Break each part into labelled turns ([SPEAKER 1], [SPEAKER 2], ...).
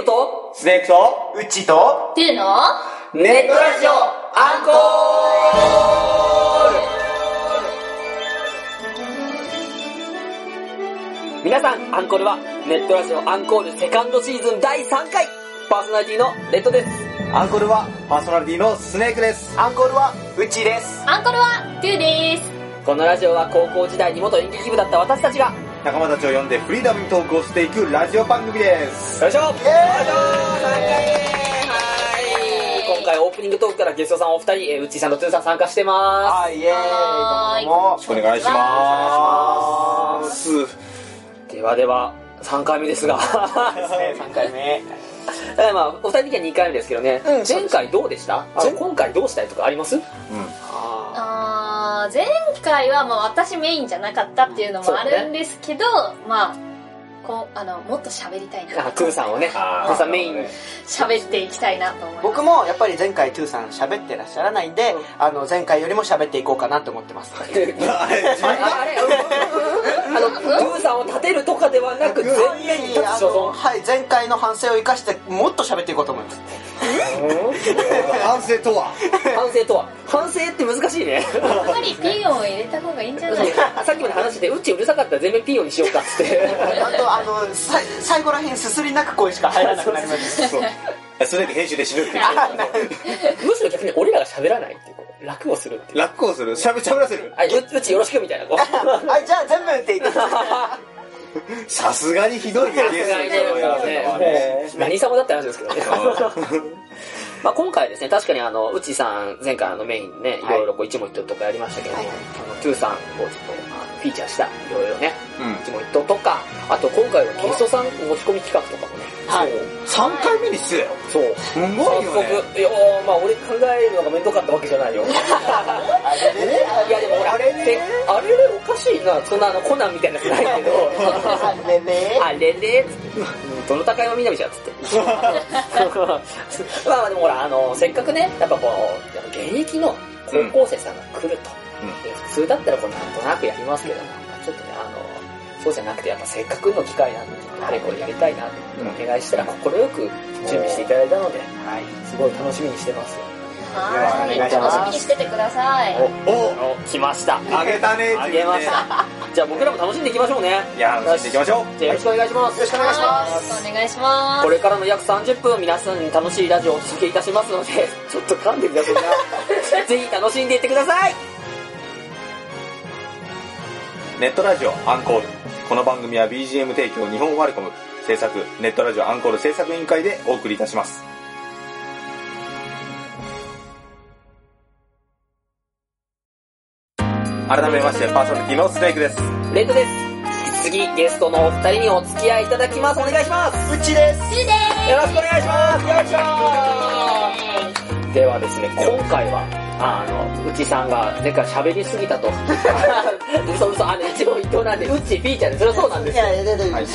[SPEAKER 1] スネークと
[SPEAKER 2] うっちーと
[SPEAKER 3] ていうの
[SPEAKER 1] ネットラジオアンコール皆さん、アンコールはネットラジオアンコールセカンドシーズン第3回パーソナリティのレッドです。
[SPEAKER 2] アンコールはパーソナリティのスネークですアンコールはうっちーです
[SPEAKER 3] アンコールはていうです
[SPEAKER 1] このラジオは高校時代に元演劇部だった私たちが、
[SPEAKER 2] 仲間たちを呼んでフリーダムにトークをしていくラジオ番組です
[SPEAKER 1] よいしょよいしょ
[SPEAKER 2] イエーイ
[SPEAKER 1] はい今回オープニングトークからゲストさんお二人、えー、うっちーさんとトゥーさん参加してます。
[SPEAKER 2] はいイエーイ
[SPEAKER 3] はーい
[SPEAKER 2] どうもよろしくお願いしま
[SPEAKER 1] お願いします
[SPEAKER 2] お願いします
[SPEAKER 1] ではでは3回目 ですが
[SPEAKER 2] 3回目
[SPEAKER 1] えまあお二人的には2回目ですけどね、
[SPEAKER 2] うんそう
[SPEAKER 1] 前
[SPEAKER 2] です
[SPEAKER 1] 回どうでしたあの
[SPEAKER 2] 前
[SPEAKER 1] 今回どうしたいとかあります
[SPEAKER 2] う
[SPEAKER 1] あ
[SPEAKER 3] あー前回はまあ私メインじゃなかったっていうのもあるんですけど、まあこうあのもっと喋りたいな
[SPEAKER 1] トゥーさんをねトゥ
[SPEAKER 2] あー
[SPEAKER 1] ーさんメインに
[SPEAKER 3] 喋っていきたいなと思います
[SPEAKER 4] 僕もやっぱり前回トゥーさん喋ってらっしゃらないんで、
[SPEAKER 1] うん
[SPEAKER 4] あの前回よりも喋っていこうかなと思ってます
[SPEAKER 1] あれあれあのトゥーさんを立てるとかではなく全面に立つ
[SPEAKER 4] あ
[SPEAKER 1] 所
[SPEAKER 4] の
[SPEAKER 1] 存
[SPEAKER 4] はい前回の反省を生かしてもっと喋っていこうと思います
[SPEAKER 2] ん反省とは
[SPEAKER 1] 反省とは反省って難しいね
[SPEAKER 3] やっぱりピンを入れた方がいいんじゃない か
[SPEAKER 1] さっきまで話しててうちうるさかったら全面ピーヨンにしようかっつって
[SPEAKER 4] あとあのさ最後らへんすすり泣く声しか入らなくなりました
[SPEAKER 2] そうそれで編集で死ぬっていう
[SPEAKER 1] むしろ逆に俺らが喋らないっていうこう楽をするっていう
[SPEAKER 2] 楽をするしゃべしゃべらせる
[SPEAKER 1] はいううちよろしくみたいなこ う
[SPEAKER 4] はいじゃあ全部って言って
[SPEAKER 2] さすがにひどいゲストにそうやらせたわね
[SPEAKER 1] 何様だって話ですけどね。まあ今回ですね、確かにあの、うちさん、前回あのメインね、い
[SPEAKER 4] はい
[SPEAKER 1] ろいろこう一問一答とかやりましたけども、
[SPEAKER 4] はい
[SPEAKER 1] あの、トゥーさんをちょっとまあフィーチャーした、いろいろね、
[SPEAKER 2] うん
[SPEAKER 1] 一問一答とか、あと今回はゲストさん持ち込み企画とかもね、
[SPEAKER 4] はい
[SPEAKER 2] 3回目にしてだよ
[SPEAKER 1] そう。
[SPEAKER 2] すごいよね
[SPEAKER 1] 早速、いやまあ俺考えるのが面倒かったわけじゃないよ。
[SPEAKER 4] あれね
[SPEAKER 1] いやでも俺、あれね、あれね、おかしいな、そんなあのコナンみたいなやつないけど、
[SPEAKER 4] あれね
[SPEAKER 1] あれれつってうんどの高山みなみじゃんっつって。 まあまあでもほら、あの、せっかくね、やっぱこう、やっぱ現役の高校生さんが来ると。
[SPEAKER 2] うん
[SPEAKER 1] で普通だったらこうなんとなくやりますけど、なんかちょっとね、あの、そうじゃなくて、やっぱせっかくの機会なんで、ちょっとあれこれやりたいなって
[SPEAKER 2] うん
[SPEAKER 1] お願いしたら、快く準備していただいたので、
[SPEAKER 4] はい
[SPEAKER 1] すごい楽しみにしてますよ。
[SPEAKER 3] は
[SPEAKER 4] お願
[SPEAKER 3] い
[SPEAKER 4] いし
[SPEAKER 3] 楽
[SPEAKER 4] ます
[SPEAKER 3] しみにしててください
[SPEAKER 2] お
[SPEAKER 1] お、来ました。
[SPEAKER 2] あげたね
[SPEAKER 1] あげました。じゃあ僕らも楽しんでいきましょうね。
[SPEAKER 2] いや楽しんでいきましょう
[SPEAKER 1] じゃあよろしくお願いします。よろしくお
[SPEAKER 3] はいお願いします
[SPEAKER 1] これからの約30分皆さんに楽しいラジオをお届けいたしますので、 ちょっと噛んでください な。ぜひ楽しんでいってください
[SPEAKER 2] ネットラジオアンコールこの番組は BGM 提供日本ワルコム制作ネットラジオアンコール制作委員会でお送りいたします改めましてパーソナリティのステークです
[SPEAKER 1] レッドです。引き続きゲストのお二人にお付き合いいただきます。お願いしま す。
[SPEAKER 4] うちです
[SPEAKER 3] ゆうでーす
[SPEAKER 1] よろしくお願いします。よいしょではですね、今回は、あの、うちさんが前回喋りすぎ たと。嘘嘘、あの、一応一答なんで、うち、ピーちゃんで、それはそうなんで
[SPEAKER 4] い
[SPEAKER 1] すよ。
[SPEAKER 4] やいやいやいやいやい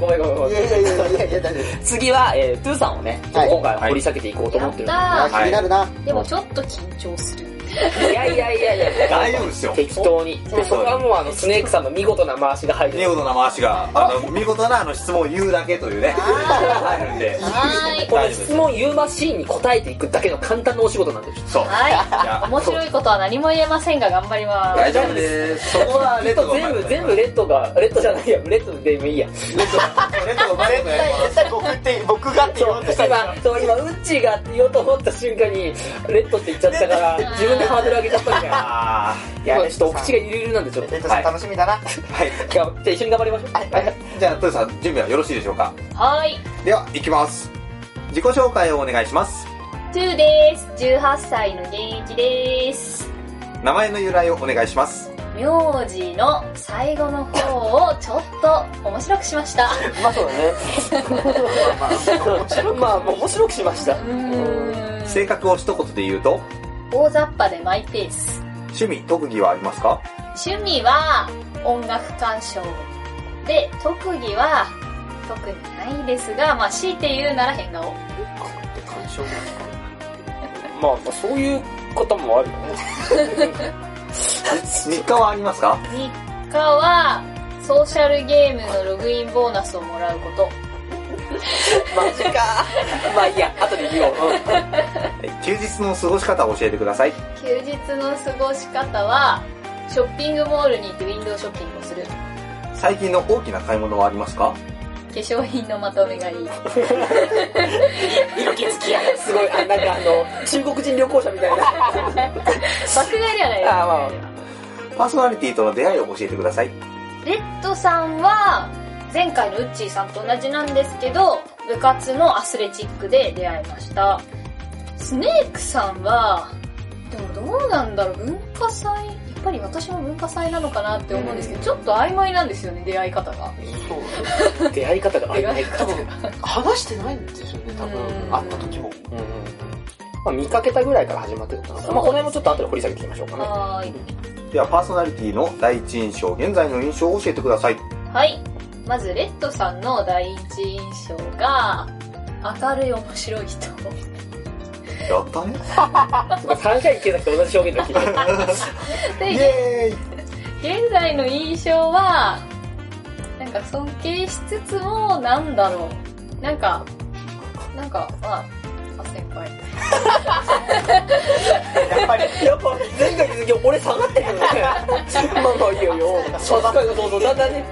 [SPEAKER 1] ごめんごめんごめん。
[SPEAKER 4] やいやいやいやだね
[SPEAKER 1] 次は、えー、トゥーさんをね、
[SPEAKER 4] はい
[SPEAKER 1] 今回は掘り下げていこうと思ってるんで。
[SPEAKER 3] やっ
[SPEAKER 4] 気になるな
[SPEAKER 3] たでもちょっと緊張する
[SPEAKER 1] いやいやいやいや、
[SPEAKER 2] 大丈夫 ですよ
[SPEAKER 1] 適当に。で、そこはもうあの、スネークさんの見事な回しが入
[SPEAKER 2] 見
[SPEAKER 1] る。
[SPEAKER 2] 事な回しがあの見事なあの質問を言うだけというね入るんで
[SPEAKER 3] は
[SPEAKER 1] これ質問言うマシーンに答えていくだけの簡単なお仕事なんです。
[SPEAKER 2] そう
[SPEAKER 3] ーいはい
[SPEAKER 2] いや
[SPEAKER 3] 面白いことは何も言えませんが頑張ります
[SPEAKER 2] 大丈夫ですそこはレッドがうま
[SPEAKER 1] 全
[SPEAKER 2] い
[SPEAKER 1] 部、全部レッドが、レッドじゃないや、レッドでもいいや。
[SPEAKER 2] レッドレッドがうまいことやります
[SPEAKER 4] 絶対僕って僕がって言
[SPEAKER 1] そ
[SPEAKER 4] お
[SPEAKER 1] う
[SPEAKER 4] うとしたら
[SPEAKER 1] 今、そう、今、ウッチーがって言おうと思った瞬間に、レッドって言っちゃった から、自分でハードル上げちゃったみたいな。
[SPEAKER 2] あ
[SPEAKER 1] いや、ちょっとお口がゆるゆるなんで、ちょっと。
[SPEAKER 4] レ
[SPEAKER 1] じ
[SPEAKER 4] ッドさん楽しみだな
[SPEAKER 2] ーはい
[SPEAKER 1] ゃあ一緒に頑張りましょう。
[SPEAKER 2] じゃあ、トヨさん、準備はよろしいでしょうか
[SPEAKER 3] はい
[SPEAKER 2] では、行きます。自己紹介をお願いします。
[SPEAKER 3] トゥーです18歳の現役です
[SPEAKER 2] 名前の由来をお願いします。
[SPEAKER 3] 名字の最後の方をちょっと面白くしました
[SPEAKER 1] まあそうだね。 まあ、面白くしました
[SPEAKER 3] う。ーん
[SPEAKER 2] 性格を一言で言うと、
[SPEAKER 3] 大雑把でマイペース
[SPEAKER 2] 趣味、特技はありますか
[SPEAKER 3] 趣味は音楽鑑賞で特技は特にないですがまあ強いて言うなら変顔
[SPEAKER 1] まあ、そういうこともあるよね。
[SPEAKER 2] 日課はありますか
[SPEAKER 3] 日課はソーシャルゲームのログインボーナスをもらうこと
[SPEAKER 1] マジかまあいいや後で言おう、うん
[SPEAKER 2] はい休日の過ごし方を教えてください。
[SPEAKER 3] 休日の過ごし方は、ショッピングモールに行ってウィンドウショッピングをする。化
[SPEAKER 2] 最近の大きな買い物はありますか
[SPEAKER 3] 粧品のまとめ買い。
[SPEAKER 4] 色気付きやがっ
[SPEAKER 1] すごいあなんかあの中国人旅行者みたいな
[SPEAKER 3] 爆買いではないです
[SPEAKER 1] あまあ
[SPEAKER 2] パーソナリティとの出会いを教えてください。
[SPEAKER 3] レッドさんは、前回のウッチーさんと同じなんですけど、部活のアスレチックで出会いました。スネークさんは、でもどうなんだろう、文化祭、やっぱり私も文化祭なのかなって思うんですけど、ちょっと曖昧なんですよね、出会い方が。
[SPEAKER 1] 出会い方があ
[SPEAKER 3] 出
[SPEAKER 1] りな
[SPEAKER 3] 会
[SPEAKER 1] い
[SPEAKER 3] い
[SPEAKER 1] か
[SPEAKER 3] 方
[SPEAKER 1] も
[SPEAKER 3] が。
[SPEAKER 4] 話してないんですよね多
[SPEAKER 3] うん
[SPEAKER 4] 分会った時も
[SPEAKER 1] うんうんまあ、見かけたぐらいから始まってることなのかなまあ、この辺もちょっと後で掘り下げていきましょうかね。
[SPEAKER 3] はーい。
[SPEAKER 2] では、パーソナリティの第一印象、現在の印象を教えてください。
[SPEAKER 3] はい。まず、レッドさんの第一印象が、明るい面白い人。
[SPEAKER 2] やったね。
[SPEAKER 1] 3回行けなくて同じ表現の聞い
[SPEAKER 3] で
[SPEAKER 2] イ、エ
[SPEAKER 3] 現在の印象は、なんか尊敬しつつも、なんだろう。なんか、なんか、まあ、あ先輩。
[SPEAKER 4] やっぱり
[SPEAKER 1] て。やっぱ、前回の続き俺下がってるのね。まあまあいいよいいよ。そうそうそう、だんだんね。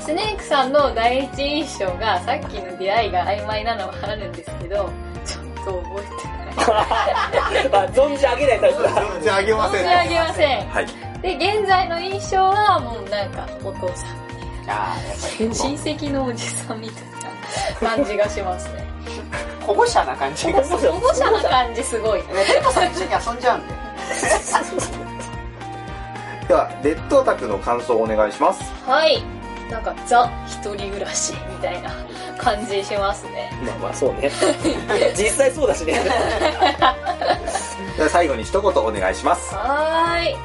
[SPEAKER 3] スネークさんの第一印象が、さっきの出会いが曖昧なのはあるんですけど、ちょっと覚えてない。
[SPEAKER 1] まあ、存じ上げないタイプだ。
[SPEAKER 2] ーイじゃあ、あげま
[SPEAKER 3] 申
[SPEAKER 2] せ
[SPEAKER 3] し
[SPEAKER 2] ん。
[SPEAKER 3] 上げません。
[SPEAKER 2] はい。
[SPEAKER 3] で、現在の印象は、もうなんか、お父さん。
[SPEAKER 4] あーやっぱ
[SPEAKER 3] 親戚のおじさんみたいな感じがしますね。
[SPEAKER 4] り保護者な感じがね
[SPEAKER 3] 保護者な感じすごい。
[SPEAKER 4] ペットさん一緒に遊んじゃうんで
[SPEAKER 2] では、レッドオタクの感想をお願いします。
[SPEAKER 3] はい。なんか、ザ、一人暮らしみたいな感じしますね。
[SPEAKER 1] まあまあ、そうね。実際そうだしね。
[SPEAKER 2] では、最後に一言お願いします。
[SPEAKER 3] はーい。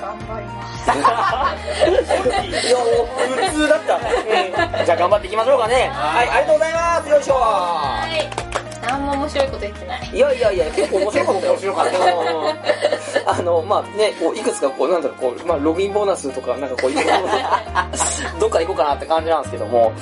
[SPEAKER 3] 頑張ります。
[SPEAKER 1] いや、普通だった。じゃあ頑張っていきましょうかね。はい、ありがとうございます。よいしょ。
[SPEAKER 3] はい。何も面白いこと言ってない。
[SPEAKER 1] いやいやいや、結構面白かったよ。
[SPEAKER 2] 結構面白かっ
[SPEAKER 1] うんあの、まあね、こう、いくつかこう、なんだろう、こう、まあ、ログインボーナスとか、なんかこう、いろい ろどっから行こうかなって感じなんですけども、
[SPEAKER 3] はい。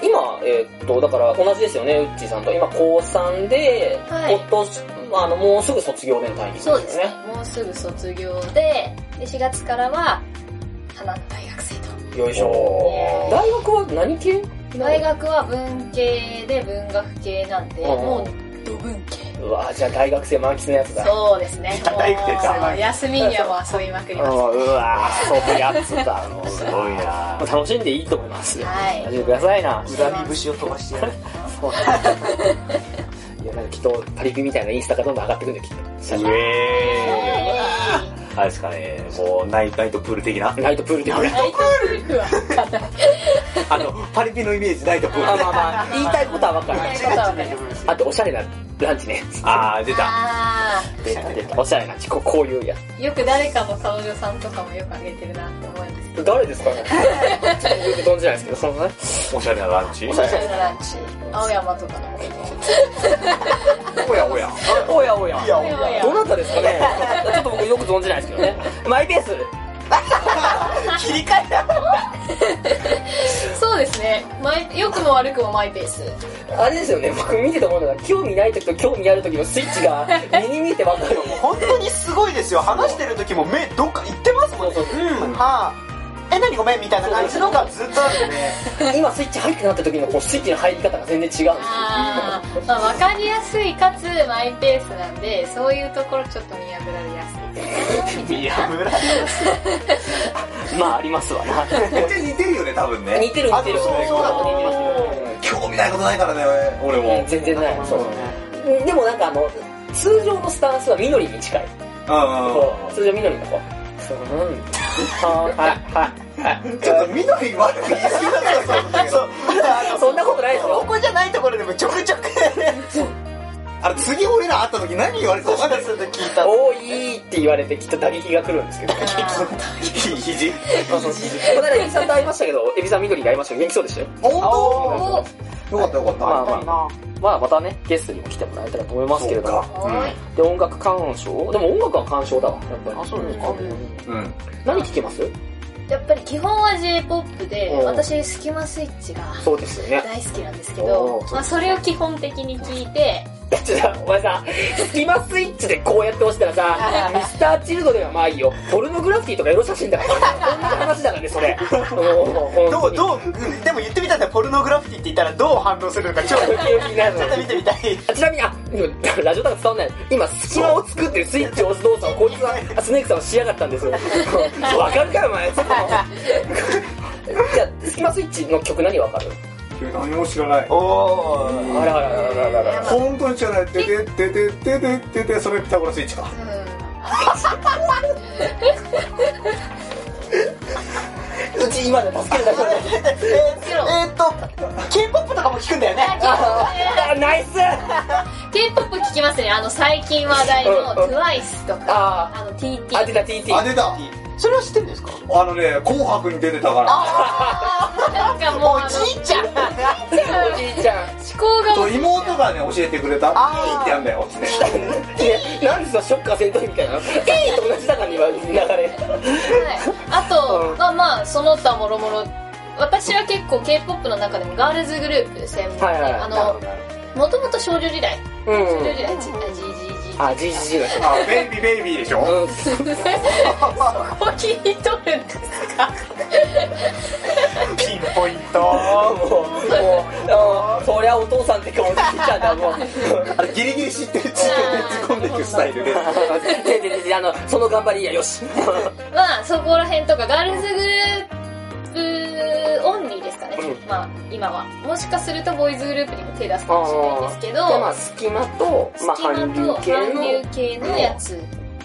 [SPEAKER 1] 今、えーっと、だから同じですよね、ウッチーさんと。今、高3で、
[SPEAKER 3] はい
[SPEAKER 1] 夫、まあ、あの、もうすぐ卒業年単位
[SPEAKER 3] そうですね。。もうすぐ卒業で、で、4月からは、花の大学生と。
[SPEAKER 1] よいしょ。大学は何系
[SPEAKER 3] 大学は文系で文学系なんで、
[SPEAKER 1] うん
[SPEAKER 3] もう、土文系。
[SPEAKER 1] うわじゃあ大学生満喫のやつだ。
[SPEAKER 3] そうですね。
[SPEAKER 4] た大学生
[SPEAKER 3] もう休みにはもう遊びまくり
[SPEAKER 1] う
[SPEAKER 3] ます。
[SPEAKER 1] んうわそういうやつだ。 もう
[SPEAKER 2] すごいな
[SPEAKER 1] 楽しんでいいと思います。
[SPEAKER 3] はい
[SPEAKER 1] 楽しんでくださいな。
[SPEAKER 4] 恨み節を飛ばしてやる
[SPEAKER 1] そう いや、なんかきっとパリピみたいなインスタがどんどん上がってくるんで、きっ
[SPEAKER 2] イ
[SPEAKER 1] と。
[SPEAKER 2] エ
[SPEAKER 3] はい
[SPEAKER 2] ーイあれですかね、もう、ナイナイトプール的な。
[SPEAKER 1] ナイトプールで。
[SPEAKER 3] ナイトプールは硬い。
[SPEAKER 2] あの、パリピのイメージ、ナイトプ
[SPEAKER 1] ま
[SPEAKER 2] ー
[SPEAKER 1] あ
[SPEAKER 2] ル。
[SPEAKER 1] まあまあ、言いたいことはわかる。
[SPEAKER 3] 言いたいことは分かりま
[SPEAKER 1] あと、おしゃれなランチね。
[SPEAKER 2] あー、出た。
[SPEAKER 3] あ
[SPEAKER 1] 出た出た。おしゃれなランチ。こうこういうやつ。
[SPEAKER 3] ーよく誰かの彼女さんとかもよくあげてるなって思います。
[SPEAKER 1] 誰ですかねちょっとよく存じないですけど、そのね。
[SPEAKER 2] おしゃれなランチ。
[SPEAKER 1] おしゃれ
[SPEAKER 3] れなランチ。青山とかの方
[SPEAKER 2] おやおや。
[SPEAKER 1] おやおや。
[SPEAKER 4] いや
[SPEAKER 3] いやいや
[SPEAKER 1] どなたですかねちょっと僕よく存じないですけどね。マイペース
[SPEAKER 4] 切り替えた
[SPEAKER 3] そうですね。マイ良くも悪くもマイペース。
[SPEAKER 1] あれですよね、僕見てて思うのが、興味ない時と興味ある時のスイッチが目に見えてわかるよね。
[SPEAKER 4] 本当にすごいですよ話してる時も目どっか行ってますもん
[SPEAKER 1] そうそう。
[SPEAKER 4] うんはあえ何ごめんみたいな感じのがずっとあるんでね
[SPEAKER 1] 今スイッチ入ってなった時のこうスイッチの入り方が全然違うんですよ。
[SPEAKER 3] あー、まあわかりやすいかつマイペースなんで、そういうところちょっと見破られやすい。
[SPEAKER 4] いや村
[SPEAKER 1] まあありますわな。
[SPEAKER 2] めっちゃ似てるよね、多分ね。
[SPEAKER 1] 似てる似てる。
[SPEAKER 4] あそうそうだ
[SPEAKER 1] 似てます
[SPEAKER 2] 興味ないことないからね俺
[SPEAKER 1] 似て
[SPEAKER 2] も
[SPEAKER 1] ます全然ない。そう。でもなんかあの、通常のスタンスは緑に近い。こう通常緑のこう。うん。ははいはいはい。
[SPEAKER 2] ちょっと緑悪 く言い過ぎだからそうだけ
[SPEAKER 4] そ
[SPEAKER 2] ど
[SPEAKER 4] うあの
[SPEAKER 1] そんなことないです
[SPEAKER 4] こ
[SPEAKER 1] よ。
[SPEAKER 4] こじゃないところでもちょくちょく
[SPEAKER 2] あれ次俺ら会った時何言われたか分かんない
[SPEAKER 4] すると聞いた
[SPEAKER 1] おーいいって言われてきっと打撃が来るんですけど。
[SPEAKER 2] 肘
[SPEAKER 1] そうそうこの間エビさんと会いましたけど、エビさん緑が会いましたけど、元気そうでしたよ。
[SPEAKER 2] お
[SPEAKER 4] お
[SPEAKER 3] お
[SPEAKER 2] よかったよかった
[SPEAKER 1] まあ
[SPEAKER 4] ーいいな
[SPEAKER 1] まあまたね、ゲストにも来てもらえたらと思いますけれども。
[SPEAKER 2] う
[SPEAKER 3] ーい。
[SPEAKER 1] で、音楽鑑賞でも音楽は鑑賞だわ、やっぱり。
[SPEAKER 4] あそうですか
[SPEAKER 1] ん
[SPEAKER 2] うん
[SPEAKER 1] 何聴けます
[SPEAKER 3] やっぱり基本は J-POP で、
[SPEAKER 1] うん
[SPEAKER 3] 私、スキマスイッチが
[SPEAKER 1] そうですよね。
[SPEAKER 3] 大好きなんですけ
[SPEAKER 1] お
[SPEAKER 3] ど
[SPEAKER 1] ー、
[SPEAKER 3] まあ、それを基本的に聞いて、
[SPEAKER 1] いやちょっとお前さ、スキマスイッチでこうやって押したらさ、ミスターチルドではまあいいよ。ポルノグラフィティとかエロ写真だから、こんな話だからね、それ。
[SPEAKER 4] ど
[SPEAKER 1] ど
[SPEAKER 4] うどううんでも言ってみたんだよポルノグラフィティって言ったらどう反応するのかちょっと
[SPEAKER 1] ドキドキになる
[SPEAKER 4] ちょっと見てみたい
[SPEAKER 1] あちなみに、あ、今ラジオだから伝わんない。今、隙間を作ってスイッチを押す動作を、こいつは、あスネークさんはしやがったんですよ。わかるか、お前。ちょっとじゃあ、隙間スイッチの曲何わかる
[SPEAKER 2] 何も知らない
[SPEAKER 4] おおー
[SPEAKER 1] あらあらあらあらあら。
[SPEAKER 2] 本当に知らないででででででででそれピタゴラスイッチか
[SPEAKER 1] うち今の助けるだけだ
[SPEAKER 4] えーっと K-POP とかも聞くんだよね
[SPEAKER 1] あナイス
[SPEAKER 3] K-POP 聞きますね。あの、最近話題の
[SPEAKER 1] うんうん
[SPEAKER 3] TWICE とか、
[SPEAKER 1] あ
[SPEAKER 3] あの、
[SPEAKER 1] あ、出
[SPEAKER 3] TT。
[SPEAKER 1] た TT。
[SPEAKER 2] あ出た
[SPEAKER 4] それは知ってるんですか
[SPEAKER 2] あのね「紅白」に出てたから
[SPEAKER 3] なんかもう、
[SPEAKER 4] お
[SPEAKER 3] あの、
[SPEAKER 4] じいちゃん
[SPEAKER 1] おじいちゃん。
[SPEAKER 3] 思考がも
[SPEAKER 2] と
[SPEAKER 3] う、
[SPEAKER 2] 妹がね教えてくれた
[SPEAKER 4] あー
[SPEAKER 2] いいってやんだよつって
[SPEAKER 1] ね、なんでさ、ショッカー戦闘員みたいなの ?T と同じだから、今、流れ。
[SPEAKER 3] はいあと、
[SPEAKER 1] うん
[SPEAKER 3] まあまあ、その他もろもろ、私は結構 K-POP の中でもガールズグループ専門で、
[SPEAKER 1] はいはいはい
[SPEAKER 3] あ
[SPEAKER 1] なる
[SPEAKER 3] の、もともと少女時代、少女
[SPEAKER 1] う
[SPEAKER 3] 時
[SPEAKER 1] ん。
[SPEAKER 3] 代、じ、あじじじ。
[SPEAKER 1] あ、GGG の人。
[SPEAKER 2] あベイビーベイビーでしょ
[SPEAKER 1] うん。
[SPEAKER 3] そこ切り取るんですか
[SPEAKER 4] ピンポイント
[SPEAKER 1] あもう、もう、あのそりゃお父さんって顔できちゃうんだ、 もう。
[SPEAKER 2] あれギリギリ知ってる知ってる突っ込んでいくスタイルで
[SPEAKER 1] で、で、で、で、あの、その頑張りや、よし。
[SPEAKER 3] まあ、そこら辺とか、ガールズグループオンリーですかね。
[SPEAKER 1] う
[SPEAKER 3] まあ、今は。もしかすると、ボーイズグループにも手出す
[SPEAKER 1] あ
[SPEAKER 3] かもしれないんですけど、
[SPEAKER 1] まあ、隙間と、まあ、
[SPEAKER 3] 隙間
[SPEAKER 1] 韓流
[SPEAKER 3] と
[SPEAKER 1] 系
[SPEAKER 3] 韓流
[SPEAKER 1] の。
[SPEAKER 3] 系のやつ、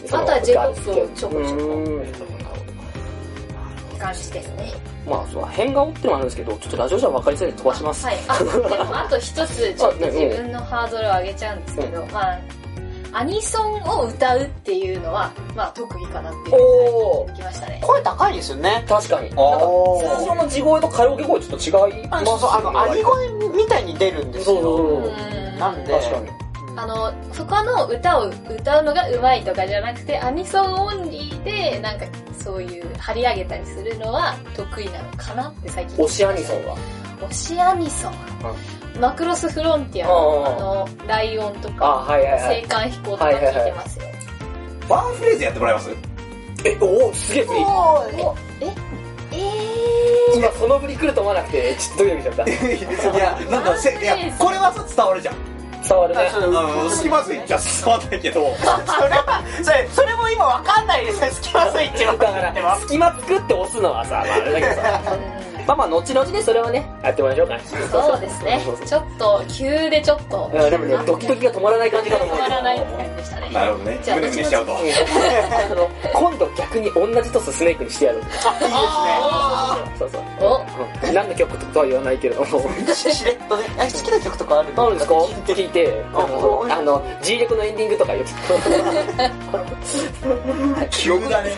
[SPEAKER 1] その
[SPEAKER 3] あとは J-POP をちょこちょこ
[SPEAKER 1] うん
[SPEAKER 3] って感じですね。
[SPEAKER 1] まあ、そう変顔ってのもあるんですけど、ちょっとラジオじゃ分かりづらいんで飛ばします。
[SPEAKER 3] はい。あ、でも、あと一つ、ちょっと自分のハードルを上げちゃうんですけど、まあ、アニソンを歌うっていうのは、まあ、特技かなっていう
[SPEAKER 1] お
[SPEAKER 3] のがきましたね。
[SPEAKER 4] 声高いですよね
[SPEAKER 1] 確かに。なんか、通常の地声とカラオケ声ちょっと違います
[SPEAKER 4] そうそうあのアニ
[SPEAKER 1] 割と
[SPEAKER 4] 声みたいに出るんです
[SPEAKER 1] そう
[SPEAKER 4] よ
[SPEAKER 1] そう
[SPEAKER 3] う
[SPEAKER 1] そう。
[SPEAKER 3] ん
[SPEAKER 4] なんで
[SPEAKER 1] 確かに。
[SPEAKER 3] あの、他の歌を歌うのが上手いとかじゃなくて、アニソンオンリーで、なんか、そういう、張り上げたりするのは得意なのかなって最近。
[SPEAKER 1] 推しアニソンは。
[SPEAKER 3] 推しアニソン。マクロスフロンティアの、あの、ライオンと
[SPEAKER 1] あ、
[SPEAKER 3] か、
[SPEAKER 1] はいはいは
[SPEAKER 3] 青
[SPEAKER 1] い。
[SPEAKER 3] 函飛行とか聞いてますよ。
[SPEAKER 2] ワンフレーズやってもらいます
[SPEAKER 1] え、おお、すげえ振り。
[SPEAKER 4] おー
[SPEAKER 3] おええ
[SPEAKER 1] 今、その振り来ると思わなくて、ちょっとドキドキしちゃっ
[SPEAKER 2] いやなんかせいやこれはさ伝わるじゃん
[SPEAKER 1] た。伝わるね。
[SPEAKER 4] それ
[SPEAKER 2] うん隙間スイッチは伝わんないけど
[SPEAKER 4] はそれそれも今わかんないですねスキマスイッチの
[SPEAKER 1] だから、隙間作って押すのはさ、まあ、あれだけどさ。
[SPEAKER 3] ー、
[SPEAKER 1] まあまあ、後々ね、それはね、やってもらいましょうか。
[SPEAKER 3] そうですね。ちょっと、急でちょっと、
[SPEAKER 1] うんでもね、ドキドキが止まらない感じかと思う。
[SPEAKER 3] 止まらないって感じでしたね。
[SPEAKER 2] なるほどね
[SPEAKER 3] じゃあ
[SPEAKER 2] 胸胸しちゃうと
[SPEAKER 1] あの、今度逆に同じトススネークにしてやる。
[SPEAKER 4] あ
[SPEAKER 1] そうそう。
[SPEAKER 3] お
[SPEAKER 1] うん何の曲とは言わないけれども。
[SPEAKER 4] いいですねししれっとねあ好きな曲とかある
[SPEAKER 1] あるんですか
[SPEAKER 4] 聞いて
[SPEAKER 1] 聞いて、あの、あの G 力のエンディングとか言って。
[SPEAKER 2] 急だね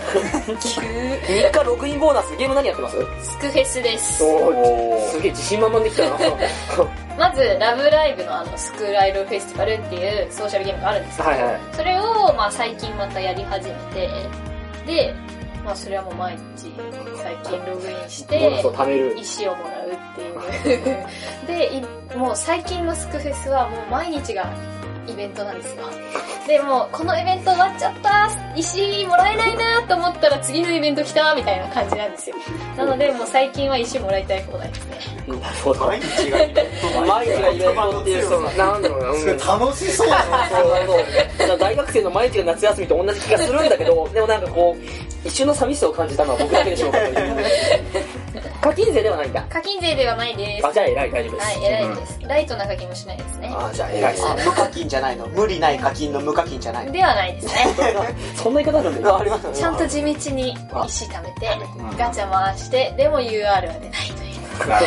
[SPEAKER 3] 急、
[SPEAKER 1] 3日ログインボーナス、ゲーム何やってます
[SPEAKER 3] スクフェスです。
[SPEAKER 1] おーすげえ自信満々できたな。は
[SPEAKER 3] まず、ラブライブのあの、スクールアイドルフェスティバルっていうソーシャルゲームがあるんですけど、
[SPEAKER 1] いはい。
[SPEAKER 3] それを、まあ、最近またやり始めて、で、まあ、それはもう毎日、最近ログインし
[SPEAKER 1] ボーナ
[SPEAKER 3] て
[SPEAKER 1] スを、貯める。
[SPEAKER 3] 石をもらうっていう。で、いもう最近のスクフェスはもう毎日がイベントなんですよ。で、もうこのイベント終わっちゃった石もらえないなと思ったら次のイベント来たみたいな感じなんですよ。なので、もう最近は石もらいたい放題ですね。
[SPEAKER 1] なるほど。
[SPEAKER 4] 毎日がイベント
[SPEAKER 1] 毎日がイベントっていう、その、なんだろうな。
[SPEAKER 2] それ楽しそうだな
[SPEAKER 1] そうそう大学生の毎日が夏休みと同じ気がするんだけ ど、でもなんかこう、一瞬の寂しさを感じたのは僕だけでしょうかという。 課金税ではないんだ。
[SPEAKER 3] 課金税ではないです。
[SPEAKER 1] あ、じゃあ偉い、大丈夫で
[SPEAKER 3] は
[SPEAKER 1] す。
[SPEAKER 3] い、偉いです。ライトな課金もしないですね。
[SPEAKER 1] あ、じゃあ偉いです
[SPEAKER 4] あ無課金じゃないの無理ない課金の無課金じゃない
[SPEAKER 3] ではないですね。
[SPEAKER 1] そんな言い方あるんだ
[SPEAKER 4] あ
[SPEAKER 1] よ。
[SPEAKER 4] ありますよね
[SPEAKER 3] ちゃんと地道に石貯めて、ガチャ回して、でも UR は出ないという。
[SPEAKER 2] なる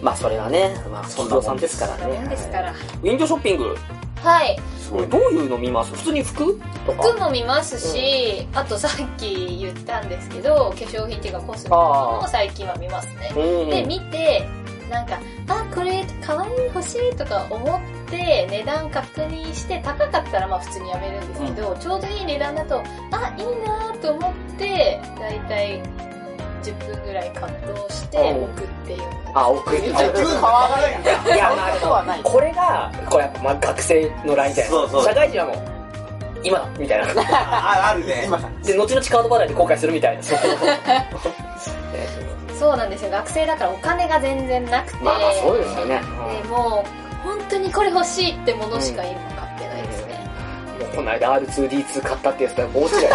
[SPEAKER 1] まあそれはね、まあ、
[SPEAKER 2] そん
[SPEAKER 1] 企
[SPEAKER 2] なもん
[SPEAKER 1] 業さんですから
[SPEAKER 3] そんなもん
[SPEAKER 1] ね。
[SPEAKER 3] ですから。
[SPEAKER 1] ウィンドウショッピング、
[SPEAKER 3] はい。
[SPEAKER 2] ほどすごい
[SPEAKER 1] どういうの見ます普通に服とか。
[SPEAKER 3] 服も見ますし、あとさっき言ったんですけど、化粧品っていうかコスメとかも最近は見ますね。
[SPEAKER 1] うん。
[SPEAKER 3] で、見て、なんか、あ、これ可愛い欲しいとか思って、値段確認して、高かったらまあ普通にやめるんですけど、ちょうどいい値段だと、あ、いいなと思って、だいたい10分ぐらい葛藤して
[SPEAKER 1] うん
[SPEAKER 3] 置くっていう
[SPEAKER 1] あ、奥に。
[SPEAKER 4] じゃあ変わらないんだ
[SPEAKER 1] いや、ま
[SPEAKER 4] そんなことは
[SPEAKER 1] あ
[SPEAKER 4] ない、
[SPEAKER 1] これが、これやっぱ、まあ、学生のラインじゃない
[SPEAKER 2] そうそう
[SPEAKER 1] 社会人はもう、今だみたいな。
[SPEAKER 2] ああるね
[SPEAKER 4] 今さん
[SPEAKER 1] で、後々カード払いで後悔するみたいな。
[SPEAKER 3] そうなんですよ学生だからお金が全然なくて、
[SPEAKER 1] まあまあ、そうですよね。
[SPEAKER 3] でもう本当にこれ欲しいってものしか今買ってないですね、
[SPEAKER 1] もうこの間 R2D2 買ったってやつだよ、大違い。
[SPEAKER 3] そうですね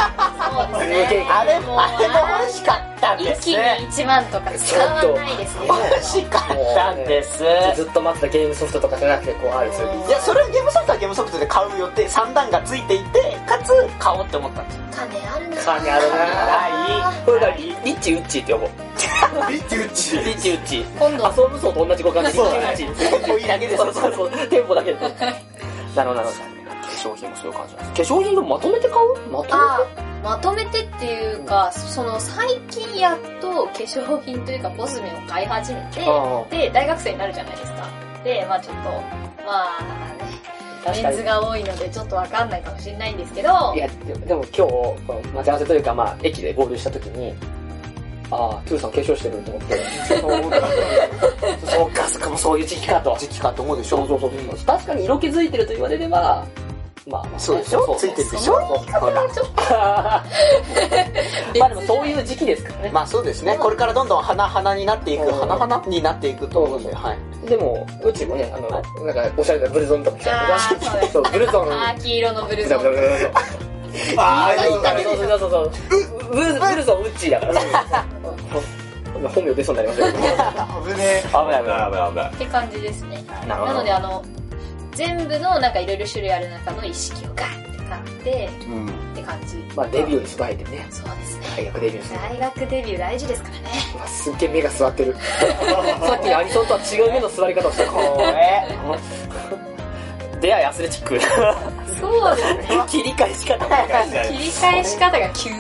[SPEAKER 4] あれ
[SPEAKER 3] もう
[SPEAKER 4] もあれも欲しかったんで
[SPEAKER 3] 一
[SPEAKER 4] す
[SPEAKER 3] 気
[SPEAKER 4] ね
[SPEAKER 3] に1万とか使わないですね
[SPEAKER 4] 欲しかったんですい
[SPEAKER 1] ずっと待ってたゲームソフトとかじゃなくて、こう、R2D2。
[SPEAKER 4] やそれはゲームソフトはゲームソフトで買う予定三段がついていてかつ買おうって思った んですよ
[SPEAKER 3] 金あるな
[SPEAKER 1] 金あるな
[SPEAKER 4] はい
[SPEAKER 1] これから、リッチウッチーって呼ぼう。
[SPEAKER 2] ビッチウッチ
[SPEAKER 1] リッチウッチー。
[SPEAKER 3] 今度
[SPEAKER 1] 遊ぶ層と同じ語感で、リ
[SPEAKER 4] そう
[SPEAKER 1] ッチウッチー。
[SPEAKER 4] 結構いいだけです
[SPEAKER 1] そうそうそう、店舗だけで。なるほど、なるほど。化粧品もそういう感じなんです。化粧品でもまとめて買うまと
[SPEAKER 3] あまとめてっていうか、その最近やっと化粧品というかコスメを買い始めて、
[SPEAKER 1] あ
[SPEAKER 3] で、大学生になるじゃないですか。で、まあちょっと、まあ
[SPEAKER 1] めて
[SPEAKER 3] ね、メンズが多いのでちょっとわかんないかもしれないんですけど、
[SPEAKER 1] いや、でもでも今日、この待ち合わせというか、まあ、駅で合流した時に、ああ、トゥーさん化粧してると思って、 そうか、そこもそういう時期かと。
[SPEAKER 4] 時期かと思うでし
[SPEAKER 1] そう
[SPEAKER 4] ょ
[SPEAKER 1] そうそうそう。確かに色気づいてると言われれば、まあ、まあ
[SPEAKER 4] そうでしょついてるでしょ ほら
[SPEAKER 3] ちょっと
[SPEAKER 1] まあでもそういう時期ですからね。
[SPEAKER 4] まあそうですねこれからどんどん花花になっていく
[SPEAKER 1] うん
[SPEAKER 4] 花花になっていくと思うんではい
[SPEAKER 1] でも、うちもね、あの、なんか、おしゃれなブルゾンとか着たりとか
[SPEAKER 3] あーそうです
[SPEAKER 1] そう、ブルゾン。
[SPEAKER 3] あー黄色のブルゾン。
[SPEAKER 1] ブルゾンそう
[SPEAKER 2] ああいいだけ
[SPEAKER 1] そうそうそうそう。ブルブルゾンウッチーだから。本名出 そうになりましたけど。
[SPEAKER 4] 危ねえ
[SPEAKER 1] 危ない危ない。
[SPEAKER 2] 危ない危ない
[SPEAKER 3] って感じですね。
[SPEAKER 1] なるほど
[SPEAKER 3] なのであの、全部のなんかいろいろ種類ある中の一式をガッて買って、
[SPEAKER 2] うん
[SPEAKER 3] って感じ。
[SPEAKER 1] まあデビューに備えてね。
[SPEAKER 3] そうですね。
[SPEAKER 1] 大学デビューする。
[SPEAKER 3] 大学デビュー大事ですからね。
[SPEAKER 1] うわすっげえ目が座ってる。 さっきのアニソンとは違う目の座り方をしてる。
[SPEAKER 4] 怖え
[SPEAKER 1] 出会いアスレチック。
[SPEAKER 3] そうですね。
[SPEAKER 1] 切り返し方。
[SPEAKER 3] 切り返し方が急。